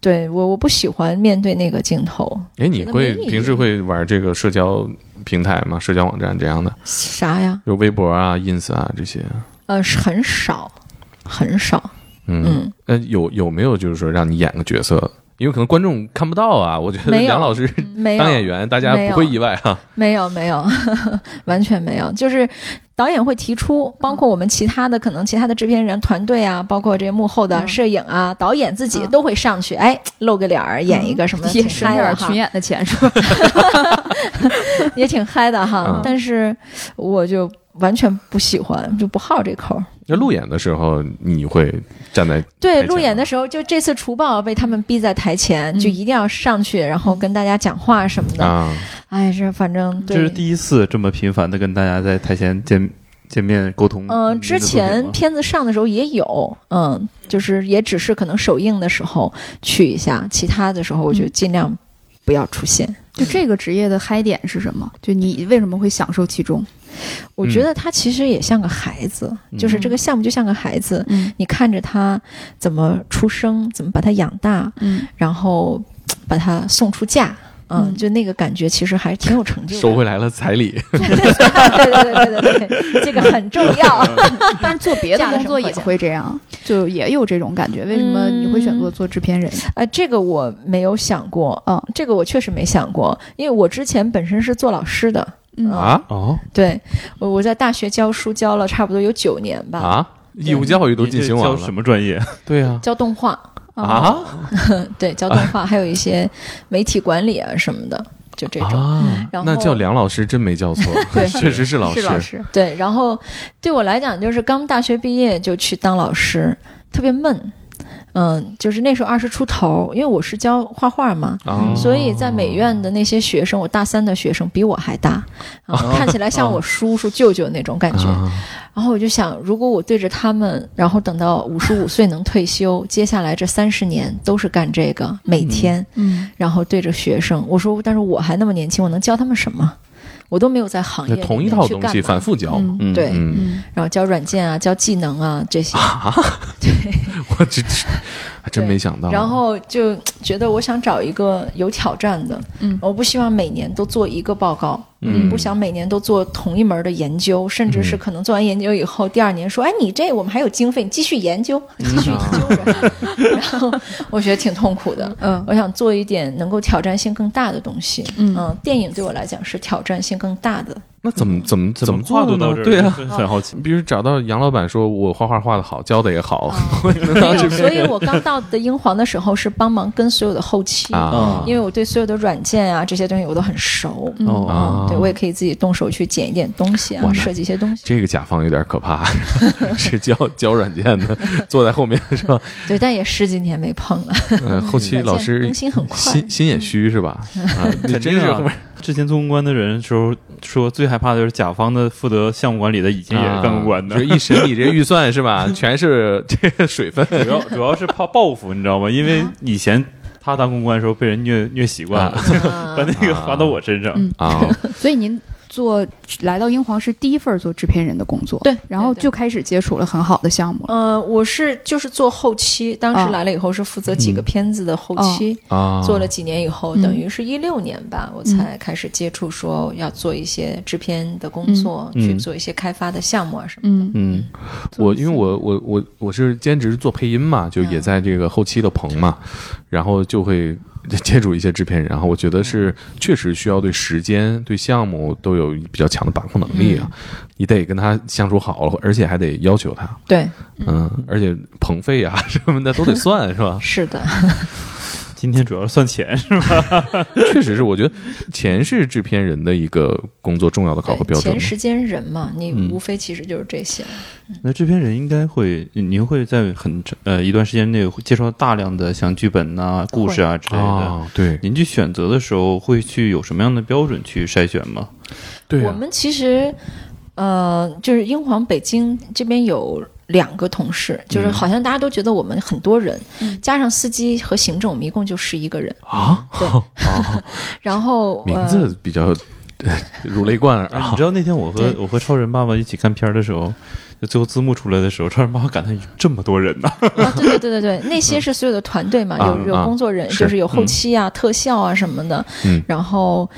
Speaker 2: 对我我不喜欢面对那个镜头，
Speaker 3: 哎，你会
Speaker 2: 觉得没意义
Speaker 3: 平时会玩这个社交平台吗？社交网站这样的，
Speaker 2: 啥呀？
Speaker 3: 就微博啊、ins 啊这些。
Speaker 2: 呃，是很少，很少，
Speaker 3: 嗯，
Speaker 2: 嗯，
Speaker 3: 那有有没有就是说让你演个角色？因为可能观众看不到啊。我觉得
Speaker 2: 没有
Speaker 3: 梁老师
Speaker 2: 嗯没有
Speaker 3: 当演员，大家
Speaker 2: 没
Speaker 3: 不
Speaker 2: 有
Speaker 3: 会意外啊哈。
Speaker 2: 没有没有， 完全没有。就是导演会提出，包括我们其他的可能其他的制片人团队啊，包括这幕后的
Speaker 1: 嗯
Speaker 2: 摄影啊、导演自己
Speaker 1: 嗯
Speaker 2: 都会上去，哎，露个脸儿演一个什么，
Speaker 1: 也
Speaker 2: 挺
Speaker 1: 省
Speaker 2: 嗨
Speaker 1: 点
Speaker 2: 的
Speaker 1: 儿
Speaker 2: 哈
Speaker 1: 群，演的钱是吧？
Speaker 2: 也挺嗨的哈。
Speaker 3: 嗯
Speaker 2: 但是我就完全不喜欢，就不好这口儿。
Speaker 3: 那路演的时候，你会站在
Speaker 2: 对，
Speaker 3: 太
Speaker 2: 路
Speaker 3: 强
Speaker 2: 演的
Speaker 3: 了
Speaker 2: 时候，就这次除暴被他们逼在台前，就
Speaker 1: 嗯
Speaker 2: 一定要上去，然后跟大家讲话什么的。
Speaker 3: 啊，
Speaker 2: 哎，这反正
Speaker 4: 这
Speaker 2: 对。
Speaker 4: 是第一次这么频繁的跟大家在台前见见面沟通。
Speaker 2: 嗯、之前片子上的时候也有，嗯，就是也只是可能首映的时候去一下，其他的时候我就尽量不要出现。
Speaker 1: 就这个职业的嗨点是什么？就你为什么会享受其中？
Speaker 2: 我觉得他其实也像个孩子，就是这个项目就像个孩子，
Speaker 1: 嗯
Speaker 2: 你看着他怎么出生，怎么把他养大，
Speaker 1: 嗯，
Speaker 2: 然后嘖把他送出嫁。嗯，
Speaker 1: 嗯
Speaker 2: 就那个感觉，其实还挺有成就
Speaker 3: 收
Speaker 2: 感。
Speaker 3: 回来了彩礼，
Speaker 2: 对对对对对对，这个很重要。
Speaker 1: 但是做别 的
Speaker 2: 嫁了
Speaker 1: 工
Speaker 2: 什么
Speaker 1: 作
Speaker 2: 国
Speaker 1: 也
Speaker 2: 家
Speaker 1: 会这样，就也有这种感觉。为什么你会选择做制片人？
Speaker 2: 呃，这个我没有想过，
Speaker 1: 嗯，
Speaker 2: 这个我确实没想过，因为我之前本身是做老师的，
Speaker 1: 嗯
Speaker 3: 啊
Speaker 4: 哦，
Speaker 2: 对我我在大学教书教了差不多有九年吧，
Speaker 3: 啊，义务教育都进行完
Speaker 4: 你这教
Speaker 3: 了
Speaker 4: 什，么专业？
Speaker 3: 对呀
Speaker 2: 教动画，
Speaker 1: 啊，
Speaker 2: 嗯
Speaker 3: 啊
Speaker 2: 对，教动画，还有一些媒体管理啊什么的，就这种。
Speaker 3: 啊
Speaker 2: 嗯然，后
Speaker 3: 那叫梁老师真没叫错，
Speaker 2: 对
Speaker 3: 确实是老
Speaker 1: 是
Speaker 3: 师
Speaker 1: 老师，
Speaker 2: 对，然后对我来讲，就是刚大学毕业就去当老师，特别闷。嗯，就是那时候二十出头，因为我是教画画嘛，
Speaker 3: 啊，
Speaker 2: 嗯所以在美院的那些学生，我大三的学生比我还大，啊，看起来像我叔叔舅舅那种感觉。
Speaker 3: 哦啊
Speaker 2: 然后我就想，如果我对着他们，然后等到五十五岁能退休，接下来这三十年都是干这个，每天，
Speaker 1: 嗯，
Speaker 2: 然后对着学生，我说，但是我还那么年轻，我能教他们什么？我都没有在行业里
Speaker 3: 同一
Speaker 2: 面
Speaker 3: 套
Speaker 2: 去
Speaker 3: 东
Speaker 2: 干
Speaker 3: 西
Speaker 2: 嘛
Speaker 3: 反复教
Speaker 1: 嗯，
Speaker 3: 嗯
Speaker 2: 对
Speaker 3: 嗯
Speaker 1: 嗯，
Speaker 2: 然后教软件啊，教技能啊这些，
Speaker 3: 我这这还真
Speaker 2: 对
Speaker 3: 没想
Speaker 1: 嗯
Speaker 3: 到。
Speaker 2: 然后就觉得我想找一个有挑战的，
Speaker 1: 嗯
Speaker 2: 我不希望每年都做一个报告，
Speaker 3: 嗯
Speaker 2: 不想每年都做同一门的研究，甚至是可能做完研究以后，第二年说，哎，你这我们还有经费，你继续研究，
Speaker 1: 嗯
Speaker 2: 继续研究着， 然后我觉得挺痛苦的。
Speaker 1: 嗯
Speaker 2: 我想做一点能够挑战性更大的东西，
Speaker 1: 嗯
Speaker 2: 电影对我来讲是挑战性更 大的，
Speaker 3: 那怎么怎么怎么
Speaker 4: 跨
Speaker 3: 做
Speaker 4: 度到
Speaker 3: 呢
Speaker 4: 这儿？
Speaker 3: 对
Speaker 4: 呀，
Speaker 3: 啊，
Speaker 4: 很好奇。
Speaker 3: 比如找到杨老板说，我画画画的好，教的也好
Speaker 2: 没有所以我刚到的英皇的时候是帮忙跟所有的后期，
Speaker 3: 啊
Speaker 2: 因为我对所有的软件啊这些东西我都很熟，
Speaker 1: 嗯
Speaker 4: 哦
Speaker 3: 啊，
Speaker 2: 对我也可以自己动手去剪一点东西
Speaker 3: 哇
Speaker 2: 啊，
Speaker 3: 那
Speaker 2: 设计一些东西。
Speaker 3: 这个甲方有点可 怕，是教教软件的，坐在后面是吧？
Speaker 2: 对，但也十几年没碰了。
Speaker 3: 嗯，后期
Speaker 2: 软件
Speaker 3: 老师
Speaker 2: 更新很快。
Speaker 3: 心心也虚是吧？啊， 你
Speaker 4: 肯
Speaker 3: 真
Speaker 4: 定
Speaker 3: 是
Speaker 4: 啊
Speaker 3: 后面
Speaker 4: 之前做公关的人时候说，最害怕的就是甲方的负责项目管理的，以前也是干公关的
Speaker 3: 啊就，是一审你这预算是吧，全是这个水分。
Speaker 4: 主要主要是怕报复，你知道吗？因
Speaker 2: 啊
Speaker 4: 为以前他当公关的时候被人虐虐习惯了，
Speaker 2: 啊
Speaker 4: 把那个
Speaker 3: 啊
Speaker 4: 发到我身上。
Speaker 1: 嗯
Speaker 3: 啊，
Speaker 1: 所以您做来到英皇是第一份做制片人的工作，
Speaker 2: 对
Speaker 1: 然后
Speaker 2: 对对
Speaker 1: 就开始接触了很好的项目了。
Speaker 2: 呃，我是就是做后期，当
Speaker 1: 啊
Speaker 2: 时来了以后是负责几个片子的后期，
Speaker 3: 啊，
Speaker 2: 做了几年以后，
Speaker 1: 嗯
Speaker 2: 等于是一六年吧，我才开始接触说要做一些制片的工作，
Speaker 4: 嗯
Speaker 2: 去做一些开发的项目啊什么。
Speaker 1: 嗯，
Speaker 3: 嗯，我因为我我我我是兼职做配音嘛，就也在这个后期的棚嘛，然后就会接触一些制片人，然后我觉得是确实需要对时间、对项目都有比较强的把控能力啊，你得跟他相处好了，而且还得要求他，
Speaker 2: 对，
Speaker 3: 嗯，而且棚费啊什么的都得算是吧？
Speaker 2: 是的，
Speaker 4: 今天主要是算钱，是吧
Speaker 3: 确实是，我觉得钱是制片人的一个工作重要的考核标准
Speaker 2: 钱、。时间、人嘛，你
Speaker 3: 嗯
Speaker 2: 无非其实就是这些。
Speaker 4: 那制片人应该会，您会在很呃一段时间内会接触到大量的像剧本呐、故事啊之类的。
Speaker 3: 啊，对
Speaker 4: 您去选择的时候，会去有什么样的标准去筛选吗？
Speaker 3: 对
Speaker 2: 我
Speaker 3: 啊，
Speaker 2: 们其实，呃，就是英皇北京这边有两个同事，
Speaker 3: 嗯
Speaker 2: 就是好像大家都觉得我们很多人，加上司机和行政，我们一共就十一个人。
Speaker 3: 啊，
Speaker 2: 对，然后
Speaker 3: 名
Speaker 2: 呃
Speaker 3: 字比较 如雷贯耳
Speaker 4: 哎你
Speaker 3: 啊
Speaker 4: 知道那天我和
Speaker 2: 对
Speaker 4: 我和超人爸爸一起看片儿的时候，就最后字幕出来的时候，超人爸爸感叹这么多人呐、
Speaker 2: 啊， 对对对对对，那些是所有的团队嘛，
Speaker 3: 嗯啊
Speaker 2: 有
Speaker 3: 啊
Speaker 2: 有工作人，
Speaker 3: 是
Speaker 2: 就是有后期啊、特效啊什么的，
Speaker 3: 嗯啊
Speaker 2: 然后。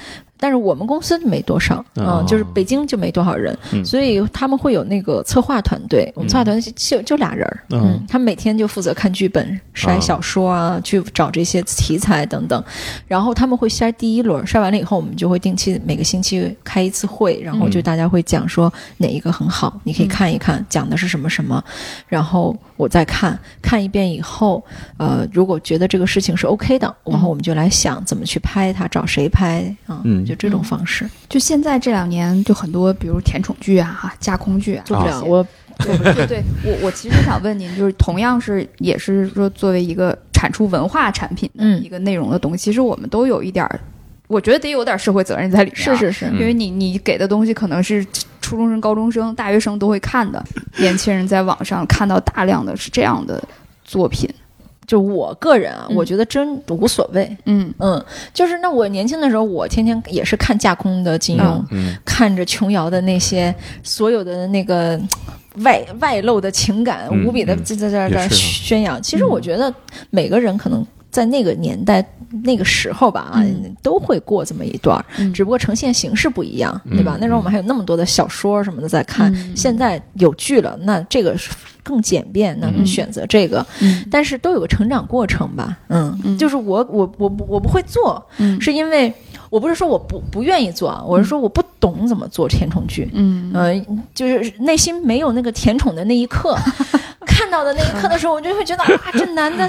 Speaker 2: 但是我们公司没多少，嗯、
Speaker 4: 哦
Speaker 2: 就是北京就没多少人，
Speaker 4: 嗯
Speaker 2: 所以他们会有那个策划团队。我们策
Speaker 3: 嗯
Speaker 2: 划团队就就俩人儿，
Speaker 4: 嗯
Speaker 2: 嗯，他们每天就负责看剧
Speaker 3: 啊
Speaker 2: 本、筛小说啊，去找这些题材等等。然后他们会筛第一轮，筛完了以后，我们就会定期每个星期开一次会，然后
Speaker 3: 嗯
Speaker 2: 就大家会讲说哪一个很好，你可以看一看，讲的是什么什么，然后我再看看一遍以后，呃，如果觉得这个事情是 OK 的，然后我们就来想怎么去拍它，找谁拍啊，
Speaker 4: 嗯
Speaker 2: 就这种方式。
Speaker 1: 就现在这两年，就很多，比如甜宠剧啊、哈架空剧啊，
Speaker 2: 做不了，
Speaker 1: 这些
Speaker 2: 我
Speaker 1: 对对对，我我其实想问您，就是同样是也是说作为一个产出文化产品的
Speaker 2: 嗯
Speaker 1: 一个内容的东西，其实我们都有一点儿，我觉得得有点儿社会责任在里面、啊
Speaker 2: 是，嗯是是，
Speaker 1: 因为你你给的东西可能是初中生、高中生、大学生都会看的，年轻人在网上看到大量的是这样的作品，
Speaker 2: 就我个人啊，
Speaker 1: 嗯
Speaker 2: 我觉得真无所谓。
Speaker 1: 嗯
Speaker 2: 嗯，就是那我年轻的时候，我天天也是看架空的金庸，
Speaker 3: 嗯，
Speaker 2: 看着琼瑶的那些所有的那个呃外外露的情感，
Speaker 3: 嗯
Speaker 2: 无比的
Speaker 3: 嗯
Speaker 2: 在在在
Speaker 3: 也是啊嗯
Speaker 2: 在宣扬。其实我觉得每个人可能在那个年代、那个时候吧，啊
Speaker 1: 嗯
Speaker 2: 都会过这么一段儿，
Speaker 1: 嗯，
Speaker 2: 只不过呈现形式不一样，对吧
Speaker 3: 嗯？
Speaker 2: 那时候我们还有那么多的小说什么的在看，
Speaker 1: 嗯
Speaker 2: 现在有剧了，那这个是更简便，那
Speaker 1: 嗯
Speaker 2: 选择这个。
Speaker 1: 嗯
Speaker 2: 但是都有个成长过程吧，嗯，
Speaker 1: 嗯
Speaker 2: 就是我我我不我不会做，
Speaker 1: 嗯
Speaker 2: 是因为我不是说我不不愿意做啊，我是说我不懂怎么做甜宠剧，
Speaker 1: 嗯
Speaker 2: 嗯、就是内心没有那个甜宠的那一 刻，看到的那一刻的时候，我就会觉得啊，这男 的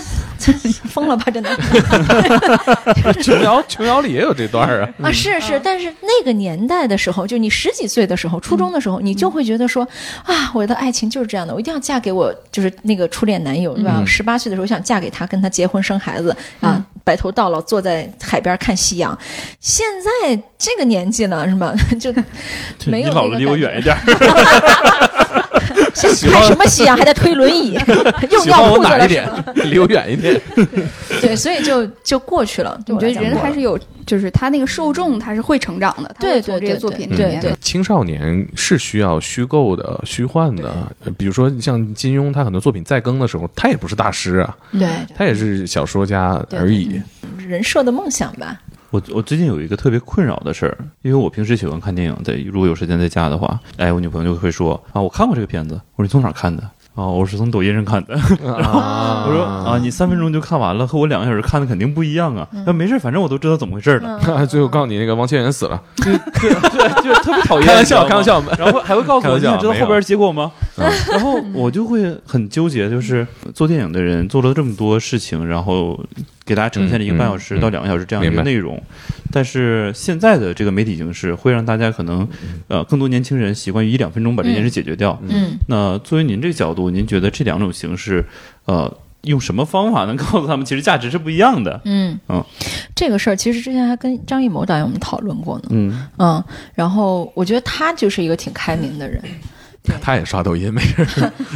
Speaker 2: 疯了吧，这男的
Speaker 3: 琼瑶琼瑶里也有这段儿 啊，
Speaker 2: 啊，是
Speaker 1: 嗯
Speaker 2: 是，但是那个年代的时候，就你十几岁的时候，初中的时候，
Speaker 1: 嗯
Speaker 2: 你就会觉得说啊，我的爱情就是这样的，我一定要嫁给我就是那个初恋男友，对吧？
Speaker 3: 嗯
Speaker 2: 十八岁的时候想嫁给他，跟他结婚生孩子啊
Speaker 1: 嗯，
Speaker 2: 白头到老，坐在海边看夕阳。现在这个年纪了，是吗？ 就没有
Speaker 4: 你老
Speaker 2: 那个
Speaker 4: 了离我
Speaker 2: 感觉
Speaker 4: 远一点儿。
Speaker 2: 现
Speaker 3: 喜
Speaker 2: 在
Speaker 3: 欢
Speaker 2: 看什么夕阳，还在推轮 椅，又
Speaker 3: 喜欢
Speaker 2: 尿
Speaker 3: 我
Speaker 2: 裤子
Speaker 3: 哪
Speaker 2: 了
Speaker 3: 一，点？ 离我远一点。
Speaker 2: 是吧对，所以就就过去了。对
Speaker 1: 我
Speaker 2: 我
Speaker 1: 觉得
Speaker 2: 来讲
Speaker 1: 人
Speaker 2: 过
Speaker 1: 还
Speaker 2: 了
Speaker 1: 是有，就是他那个受众他是会成长的，他会
Speaker 2: 对
Speaker 1: 从
Speaker 2: 对
Speaker 1: 这些
Speaker 2: 对
Speaker 1: 作品里
Speaker 2: 对
Speaker 1: 面
Speaker 2: 对
Speaker 3: 嗯青少年是需要虚构的、虚幻的，呃比如说像金庸，他很多作品再更的时候，他也不是大师啊，
Speaker 2: 对
Speaker 3: 他也是小说家
Speaker 2: 对
Speaker 3: 而已。
Speaker 2: 嗯人设的梦想吧。
Speaker 4: 我我最近有一个特别困扰的事儿，因为我平时喜欢看电影，在如果有时间在家的话，哎，我女朋友就会说啊，我看过这个片子。我说你从哪儿看的？啊，我是从抖音上看的。
Speaker 3: 啊
Speaker 4: 我说啊，你三分钟就看完了，和我两个小时看的肯定不一样啊。
Speaker 2: 嗯
Speaker 4: 那没事儿，反正我都知道怎么回事儿了。
Speaker 1: 嗯
Speaker 3: 啊最后告诉你，那个王千源死 了，
Speaker 4: 对，就是特别讨厌。
Speaker 3: 开玩笑
Speaker 4: 你知道吗
Speaker 3: 开玩笑没
Speaker 4: 然后还会告诉我，
Speaker 3: 开玩
Speaker 4: 你
Speaker 3: 笑
Speaker 4: 想知道后边结果吗？
Speaker 3: 没有嗯
Speaker 4: 然后我就会很纠结，就是做电影的人做了这么多事情，然后给大家呈现了一个半小时
Speaker 3: 嗯嗯
Speaker 4: 到两个小时这样的一个
Speaker 3: 明白
Speaker 4: 内容。但是现在的这个媒体形式会让大家可能，呃，更多年轻人习惯于一两分钟把这件事解决掉。
Speaker 2: 嗯，
Speaker 4: 那作为您这个角度，您觉得这两种形式，呃，用什么方法能告诉他们其实价值是不一样的？
Speaker 2: 嗯
Speaker 4: 嗯，
Speaker 2: 这个事儿其实之前还跟张艺谋导演我们讨论过呢。
Speaker 4: 嗯，
Speaker 2: 嗯，然后我觉得他就是一个挺开明的 人，
Speaker 3: 他也刷抖音，没事。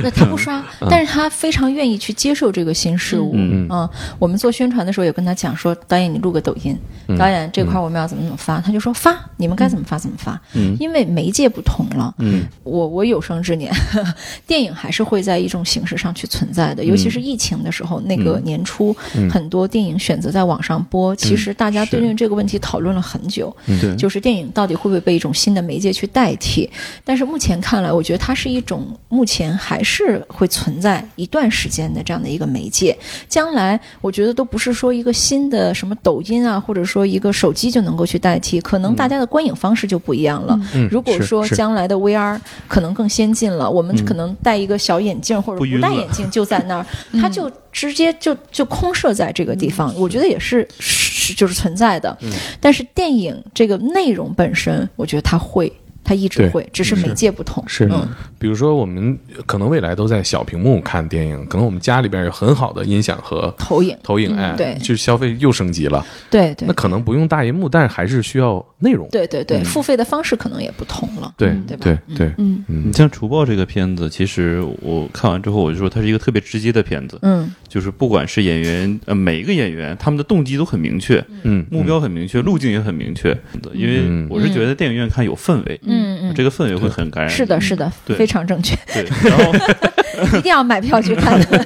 Speaker 2: 那他不刷，但是他非常愿意去接受这个新事物。
Speaker 4: 嗯
Speaker 2: 嗯，我们做宣传的时候也跟他讲说，导演你录个抖音，
Speaker 4: 嗯
Speaker 2: 导演这块我们要怎么怎么发，他就说发，你们该怎么发怎么发，
Speaker 4: 嗯
Speaker 2: 因为媒介不同了。
Speaker 4: 嗯
Speaker 2: 我我有生之年， 电影还是会在一种形式上去存在的，尤其
Speaker 4: 嗯
Speaker 2: 是疫情的时候，那个年初、很多电影选择在网上播，其实大家对
Speaker 4: 嗯是
Speaker 2: 于这个问题讨论了很久。
Speaker 4: 对，
Speaker 3: 嗯
Speaker 2: 就是电影到底会不会被一种新的媒介去代替？但是目前看来，我觉得它是一种目前还是会存在一段时间的这样的一个媒介。将来我觉得都不是说一个新的什么抖音啊，或者说一个手机就能够去代替，可能大家的观影方式就不一样了。
Speaker 3: 嗯
Speaker 2: 如果
Speaker 3: 是
Speaker 2: 说
Speaker 3: 是
Speaker 2: 将来的 VR 可能更先进了，我们
Speaker 4: 嗯
Speaker 2: 可能戴一个小眼镜或者
Speaker 4: 不晕
Speaker 2: 不戴
Speaker 4: 了
Speaker 2: 眼镜就在那 儿，
Speaker 3: 嗯
Speaker 2: 它就直接就就空设在这个地方，我觉得也是是就是存在的。
Speaker 3: 嗯
Speaker 2: 但是电影这个内容本身，我觉得它会，它一直
Speaker 3: 对
Speaker 2: 会，只是媒介不同。
Speaker 3: 是
Speaker 2: 嗯，
Speaker 3: 比如说我们可能未来都在小屏幕看电影，可能我们家里边有很好的音响和
Speaker 2: 投影，
Speaker 3: 投影，
Speaker 2: 嗯
Speaker 3: 哎，
Speaker 2: 对
Speaker 3: 就是消费又升级了。
Speaker 2: 对对
Speaker 3: 那可能不用大银幕，但是还是需要内容。
Speaker 2: 对对对，
Speaker 3: 嗯
Speaker 2: 付费的方式可能也不同了。
Speaker 3: 对
Speaker 1: 嗯
Speaker 2: 对吧
Speaker 3: 对
Speaker 2: 嗯
Speaker 3: 对，
Speaker 1: 嗯，
Speaker 3: 嗯
Speaker 4: 你，像《除暴》这个片子，其实我看完之后，我就说它是一个特别直接的片子，
Speaker 2: 嗯，
Speaker 4: 就是不管是演员，呃，每一个演员他们的动机都很明确，
Speaker 3: 嗯，
Speaker 4: 目标很明确，路径也很明确。因为
Speaker 3: 嗯
Speaker 4: 我是觉得电影院看有氛围，
Speaker 2: 嗯嗯，
Speaker 4: 这个氛围会很感染。
Speaker 3: 嗯
Speaker 2: 是的，是的，
Speaker 4: 对
Speaker 2: 非常正确，
Speaker 4: 对。然后
Speaker 2: 一定要买票去看的。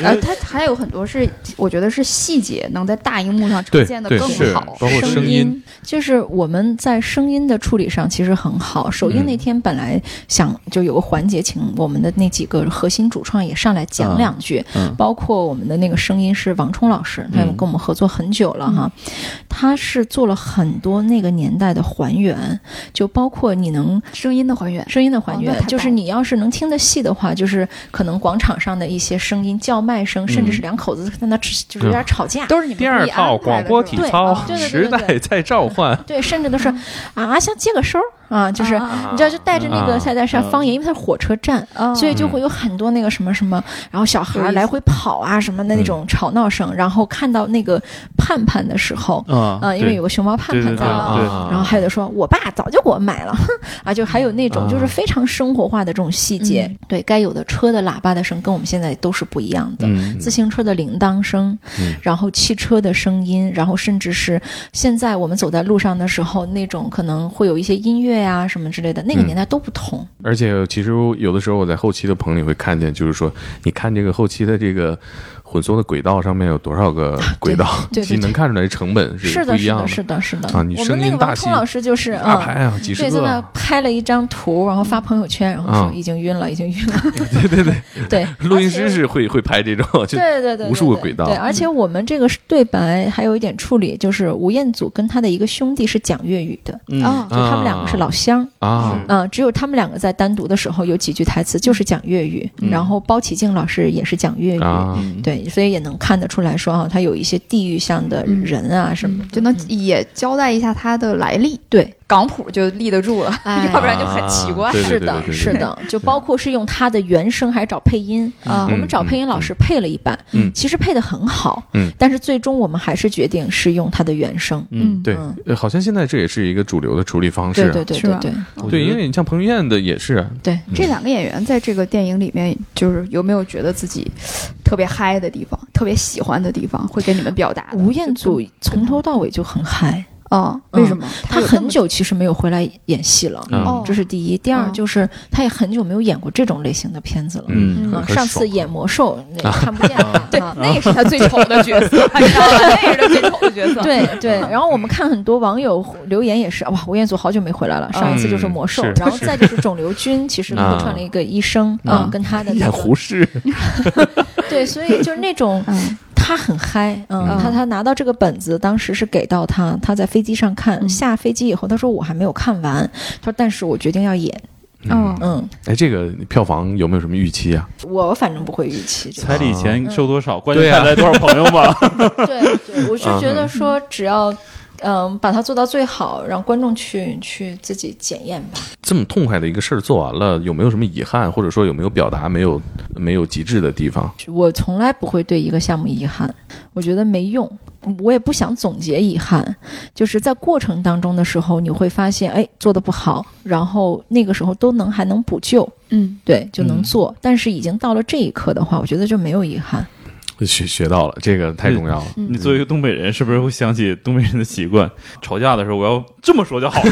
Speaker 1: 然呃后它还有很多是，我觉得是细节能在大荧幕上呈
Speaker 3: 对
Speaker 1: 现的
Speaker 3: 对
Speaker 1: 更
Speaker 3: 是
Speaker 1: 好，
Speaker 3: 包括声
Speaker 1: 音
Speaker 3: 音，
Speaker 2: 就是我们在声音的处理上其实很好。首映那天本来想就有个环节，请我们的那几个核心主创也上来讲两句，
Speaker 4: 嗯
Speaker 2: 包括我们的那个声音是王冲老师，他跟我们合作很久了哈，他是做了很多那个年代的还原，就包括你能
Speaker 1: 声音的还原，
Speaker 2: 声音的还原，
Speaker 1: 哦那太
Speaker 2: 就是
Speaker 1: 棒了
Speaker 2: 你要是能听得细的话，就是可能广场上的一些声音、叫卖声，甚至是两口子在那吃就是有点吵架。
Speaker 1: 都是你们
Speaker 3: 第二
Speaker 1: 故意安排
Speaker 3: 套
Speaker 1: 的
Speaker 3: 广播体
Speaker 1: 是吧
Speaker 3: 操
Speaker 2: 对对对
Speaker 3: 时代在召唤，
Speaker 2: 对，甚至都是啊，像接个收儿啊，就是、
Speaker 1: 嗯啊
Speaker 2: 你知道，就带着那个
Speaker 4: 嗯
Speaker 3: 啊
Speaker 2: 现在是方言，因为它是火车站，
Speaker 1: 啊
Speaker 2: 所以就会有很多那个什么什么，然后小孩
Speaker 1: 有意
Speaker 2: 儿
Speaker 1: 思
Speaker 2: 来回跑啊什么
Speaker 4: 嗯
Speaker 2: 的那种吵闹声。然后看到那个盼盼的时候，
Speaker 4: 啊
Speaker 2: 啊，因为有个熊猫盼
Speaker 4: 对
Speaker 2: 盼
Speaker 4: 对对
Speaker 2: 在
Speaker 4: 对啊
Speaker 2: 嘛，
Speaker 3: 啊
Speaker 2: 然后还有的说，我爸早就给我买了， 哼啊，就还有那种
Speaker 3: 啊
Speaker 2: 就是非常生活化的这种细节，
Speaker 1: 嗯
Speaker 2: 对该有的车的喇叭的声跟我们现在都是不一样的，
Speaker 3: 嗯
Speaker 2: 自行车的铃铛声，
Speaker 3: 嗯
Speaker 2: 然后汽车的声音，然后甚至是现在我们走在路上的时候，那种可能会有一些音乐呀、什么之类的，那个
Speaker 3: 嗯
Speaker 2: 年代都不同，
Speaker 3: 而且其实有的时候我在后期的棚里会看见，就是说，你看这个后期的这个混缩的轨道上面有多少个轨道，
Speaker 2: 对对对
Speaker 3: 其实能看出来成本
Speaker 2: 是
Speaker 3: 不
Speaker 2: 的，
Speaker 3: 一
Speaker 2: 是
Speaker 3: 样
Speaker 2: 的，是的，是的。
Speaker 3: 啊你
Speaker 2: 我
Speaker 3: 声
Speaker 2: 们那
Speaker 3: 音
Speaker 2: 个
Speaker 3: 大
Speaker 2: 王
Speaker 3: 气
Speaker 2: 冲老师就是
Speaker 3: 大
Speaker 2: 嗯
Speaker 3: 牌啊，几
Speaker 2: 对，
Speaker 3: 十
Speaker 2: 在
Speaker 3: 个
Speaker 2: 那
Speaker 3: 啊
Speaker 2: 拍了一张图，然后发朋友圈，然后说
Speaker 3: 啊
Speaker 2: 已经晕了，已经晕了。
Speaker 3: 对对对，
Speaker 2: 对，
Speaker 3: 录音
Speaker 2: 而
Speaker 3: 师
Speaker 2: 且
Speaker 3: 是会会拍这种，就
Speaker 2: 对对对，
Speaker 3: 无数个轨道嗯
Speaker 2: 对，而且我们这个对白还有一点处理，就是吴彦祖跟他的一个兄弟是讲粤语的，
Speaker 4: 嗯
Speaker 1: 啊
Speaker 2: 就他们两个是老乡。
Speaker 3: 啊，
Speaker 2: 嗯、只有他们两个在单独的时候有几句台词就是讲粤语，
Speaker 4: 嗯
Speaker 2: 然后包启静老师也是讲粤语，
Speaker 3: 啊，
Speaker 4: 嗯
Speaker 2: 对，所以也能看得出来说啊，他有一些地域上的人
Speaker 3: 嗯
Speaker 2: 啊什么的，
Speaker 1: 嗯就能也交代一下它的来历，
Speaker 2: 对，
Speaker 1: 港普就立得住了，
Speaker 2: 哎
Speaker 1: 要不然就很奇怪
Speaker 3: 啊。对
Speaker 2: 是
Speaker 3: 对对对
Speaker 2: 的，
Speaker 3: 对
Speaker 2: 是
Speaker 3: 对
Speaker 2: 的，就包括是用他的原声还是找配音，
Speaker 1: 啊
Speaker 2: 我们找配音老师配了一版，
Speaker 3: 嗯
Speaker 2: 其实配的很好，
Speaker 3: 嗯
Speaker 2: 但是最终我们还是决定是用他的原声，
Speaker 4: 嗯，
Speaker 3: 对
Speaker 2: 嗯，
Speaker 3: 呃好像现在这也是一个主流的处理方式
Speaker 2: 对
Speaker 3: 啊，
Speaker 2: 对对
Speaker 1: 是
Speaker 2: 对
Speaker 1: 吧
Speaker 2: 对
Speaker 4: 我
Speaker 3: 对，
Speaker 4: 觉
Speaker 3: 因
Speaker 4: 得
Speaker 3: 为你像彭于晏的也是啊，
Speaker 2: 对，
Speaker 1: 这两个演员在这个电影里面，就是有没有觉得自己特别嗨的地方，特别喜欢的地方，会给你们表达的？
Speaker 2: 吴彦祖从头到尾就很嗨，
Speaker 1: 啊，
Speaker 2: 嗯
Speaker 1: 为什么？
Speaker 2: 他
Speaker 1: 有那
Speaker 2: 很
Speaker 1: 么
Speaker 2: 久其实没有回来演戏了，
Speaker 4: 嗯
Speaker 1: 哦
Speaker 2: 这是第一。第二
Speaker 1: 哦
Speaker 2: 就是他也很久没有演过这种类型的片子了。
Speaker 3: 嗯，
Speaker 2: 啊
Speaker 3: 很
Speaker 2: 上次
Speaker 3: 爽
Speaker 2: 演魔兽那个看不 见了，
Speaker 1: 对，
Speaker 2: 啊
Speaker 1: 那也是他最丑的角色，你知道吗？ 那也是他最丑的角色。
Speaker 2: 对对，然后我们看很多网友留言也是，哇，吴彦祖好久没回来了，上一次就是魔兽，
Speaker 3: 嗯是
Speaker 2: 然后再就是肿瘤君， 其实客串了一个医生，
Speaker 3: 啊
Speaker 2: 嗯，跟他的那
Speaker 3: 演
Speaker 2: 个
Speaker 3: 胡适，
Speaker 2: 对，所以就是那 种
Speaker 1: 嗯，
Speaker 2: 他很嗨，嗯，
Speaker 1: 嗯
Speaker 2: 他他拿到这个本子，当时是给到他，他在飞机上看，
Speaker 1: 嗯
Speaker 2: 下飞机以后，他说我还没有看完，他说但是我决定要演，
Speaker 1: 嗯
Speaker 2: 嗯，
Speaker 3: 哎，这个票房有没有什么预期啊？
Speaker 2: 我反正不会预期这个。
Speaker 4: 彩礼
Speaker 2: 嗯
Speaker 4: 钱收多少，关
Speaker 3: 对
Speaker 4: 键
Speaker 3: 啊
Speaker 4: 看来多少朋友吧。
Speaker 2: 对对，我是觉得说只要。嗯，把它做到最好，让观众去去自己检验吧。
Speaker 3: 这么痛快的一个事儿做完了，有没有什么遗憾，或者说有没有表达没有没有极致的地方？
Speaker 2: 我从来不会对一个项目遗憾，我觉得没用，我也不想总结遗憾。就是在过程当中的时候，你会发现，哎，做的不好，然后那个时候都能还能补救，
Speaker 1: 嗯，
Speaker 2: 对，就能做。但是已经到了这一刻的话，我觉得就没有遗憾。
Speaker 3: 学学到了，这个太重要 了。
Speaker 2: 嗯
Speaker 4: 你作为一个东北人，是不是会想起东北人的习惯？吵架的时候，我要这么说就好了。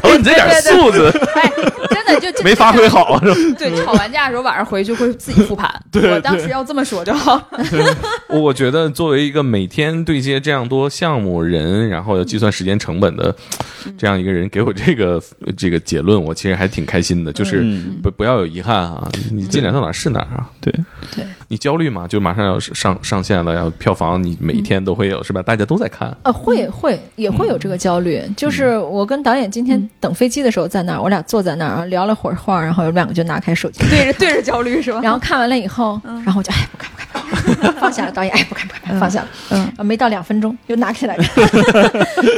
Speaker 3: 瞅你这点素质，
Speaker 1: 哎，真的
Speaker 5: 就这
Speaker 4: 没发挥好，是吧？
Speaker 5: 对，吵完架的时候晚上回去会自己复 盘。我当时要这么说就好 了。
Speaker 3: 我我觉得作为一个每天对接这样多项目人，然后要计算时间成本的这样一个人，给我这个这个结论，我其实还挺开心的。就是
Speaker 4: 嗯
Speaker 3: 不不要有遗憾啊，你进展到哪儿是哪儿啊。
Speaker 4: 对
Speaker 5: 对，
Speaker 3: 你焦虑嘛，就马上要上上线了，要票房，你每天都会有是吧？大家都在看，
Speaker 2: 呃，会会也会有这个焦虑，就是我跟导演今天等飞机的时候在那儿，我俩坐在那儿然后聊了会儿话，然后我们两个就拿开手机，
Speaker 5: 对着对着焦虑是吧？
Speaker 2: 然后看完了以后，然后我就哎不看不看不 看，放下了，导演哎不看不看不看，放下了，
Speaker 1: 嗯
Speaker 2: 啊，没到两分钟又拿起 来看，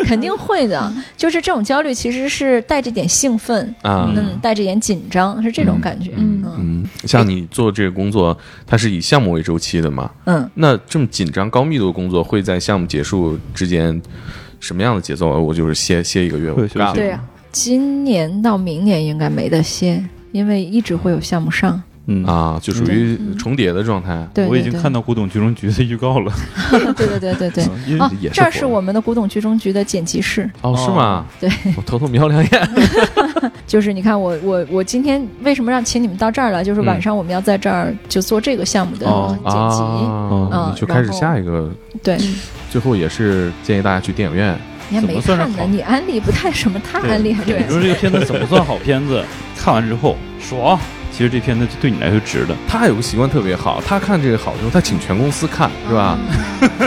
Speaker 2: 肯定会的，就是这种焦虑其实是带着点兴奋，
Speaker 3: 啊
Speaker 2: 嗯，带着点紧张，是这种感觉，
Speaker 3: 嗯
Speaker 2: 嗯
Speaker 3: 嗯，像你做这个工作，它是以项目为周期的嘛？
Speaker 2: 嗯，
Speaker 3: 那这么紧张、高密度的工作，会在项目结束之间什么样的节奏？啊我就是歇歇一个月，
Speaker 4: 会
Speaker 3: 我不干
Speaker 4: 休息
Speaker 3: 了
Speaker 2: 对啊呀、今年到明年应该没得歇，因为一直会有项目上，
Speaker 4: 嗯，
Speaker 3: 啊，就属于重叠的状态。
Speaker 2: 嗯对，
Speaker 4: 我已
Speaker 2: 对
Speaker 4: 经看，到《古董局中局》的预告了，
Speaker 2: 对对对对对对。
Speaker 4: 嗯因为
Speaker 2: 啊
Speaker 4: 也，是
Speaker 2: 这
Speaker 4: 火
Speaker 2: 儿是我们的古董局中局的剪辑室，
Speaker 3: 哦，是吗？
Speaker 2: 对，
Speaker 3: 我偷偷瞄两 眼。
Speaker 2: 就是你看我我我今天为什么让请你们到这儿来，就是晚上我们要在这儿就做这个项目的
Speaker 4: 哦
Speaker 2: 剪辑，
Speaker 3: 啊，
Speaker 2: 嗯
Speaker 3: 你就开始
Speaker 2: 然后
Speaker 3: 下一个。
Speaker 2: 对，
Speaker 3: 最后也是建议大家去电影院。
Speaker 2: 你还没
Speaker 4: 怎么算是
Speaker 2: 看呢
Speaker 4: 好，
Speaker 2: 你安利不太什么，他
Speaker 4: 对
Speaker 2: 安利还
Speaker 4: 你说
Speaker 2: 是
Speaker 4: 这个片子怎么算好片子？看完之后爽，其实这片子就对你来说值的。
Speaker 3: 他有个习惯特别好，他看这个好之后，他请全公司看，
Speaker 2: 嗯
Speaker 3: 是 吧？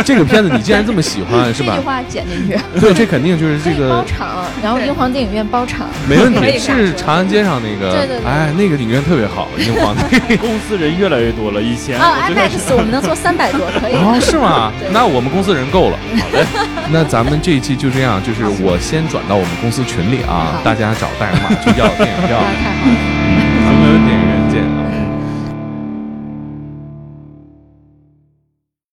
Speaker 3: 这个片子你既然这么喜欢，是
Speaker 1: 这句
Speaker 3: 吧？
Speaker 1: 话剪进去，
Speaker 3: 对，这肯定就是
Speaker 2: 可
Speaker 3: 这
Speaker 2: 以包
Speaker 3: 个
Speaker 2: 场，然后英皇电影院包场，
Speaker 3: 没问
Speaker 5: 可以
Speaker 3: 题。
Speaker 5: 看
Speaker 3: 是长安街上那个，
Speaker 2: 对对对
Speaker 3: 哎，那个影院特别好，英皇那 个。
Speaker 4: 公司人越来越多了，以前
Speaker 2: 啊
Speaker 4: 我最开始
Speaker 2: ，IMAX 我们能做三百多，可以。
Speaker 3: 哦，是吗
Speaker 2: 对？
Speaker 3: 那我们公司人够了。好 嘞，那咱们这一期就这样，就是我先转到我们公司群里啊，大家找代码去要电影票
Speaker 2: 啊，，太好了。
Speaker 3: 咱们电影院。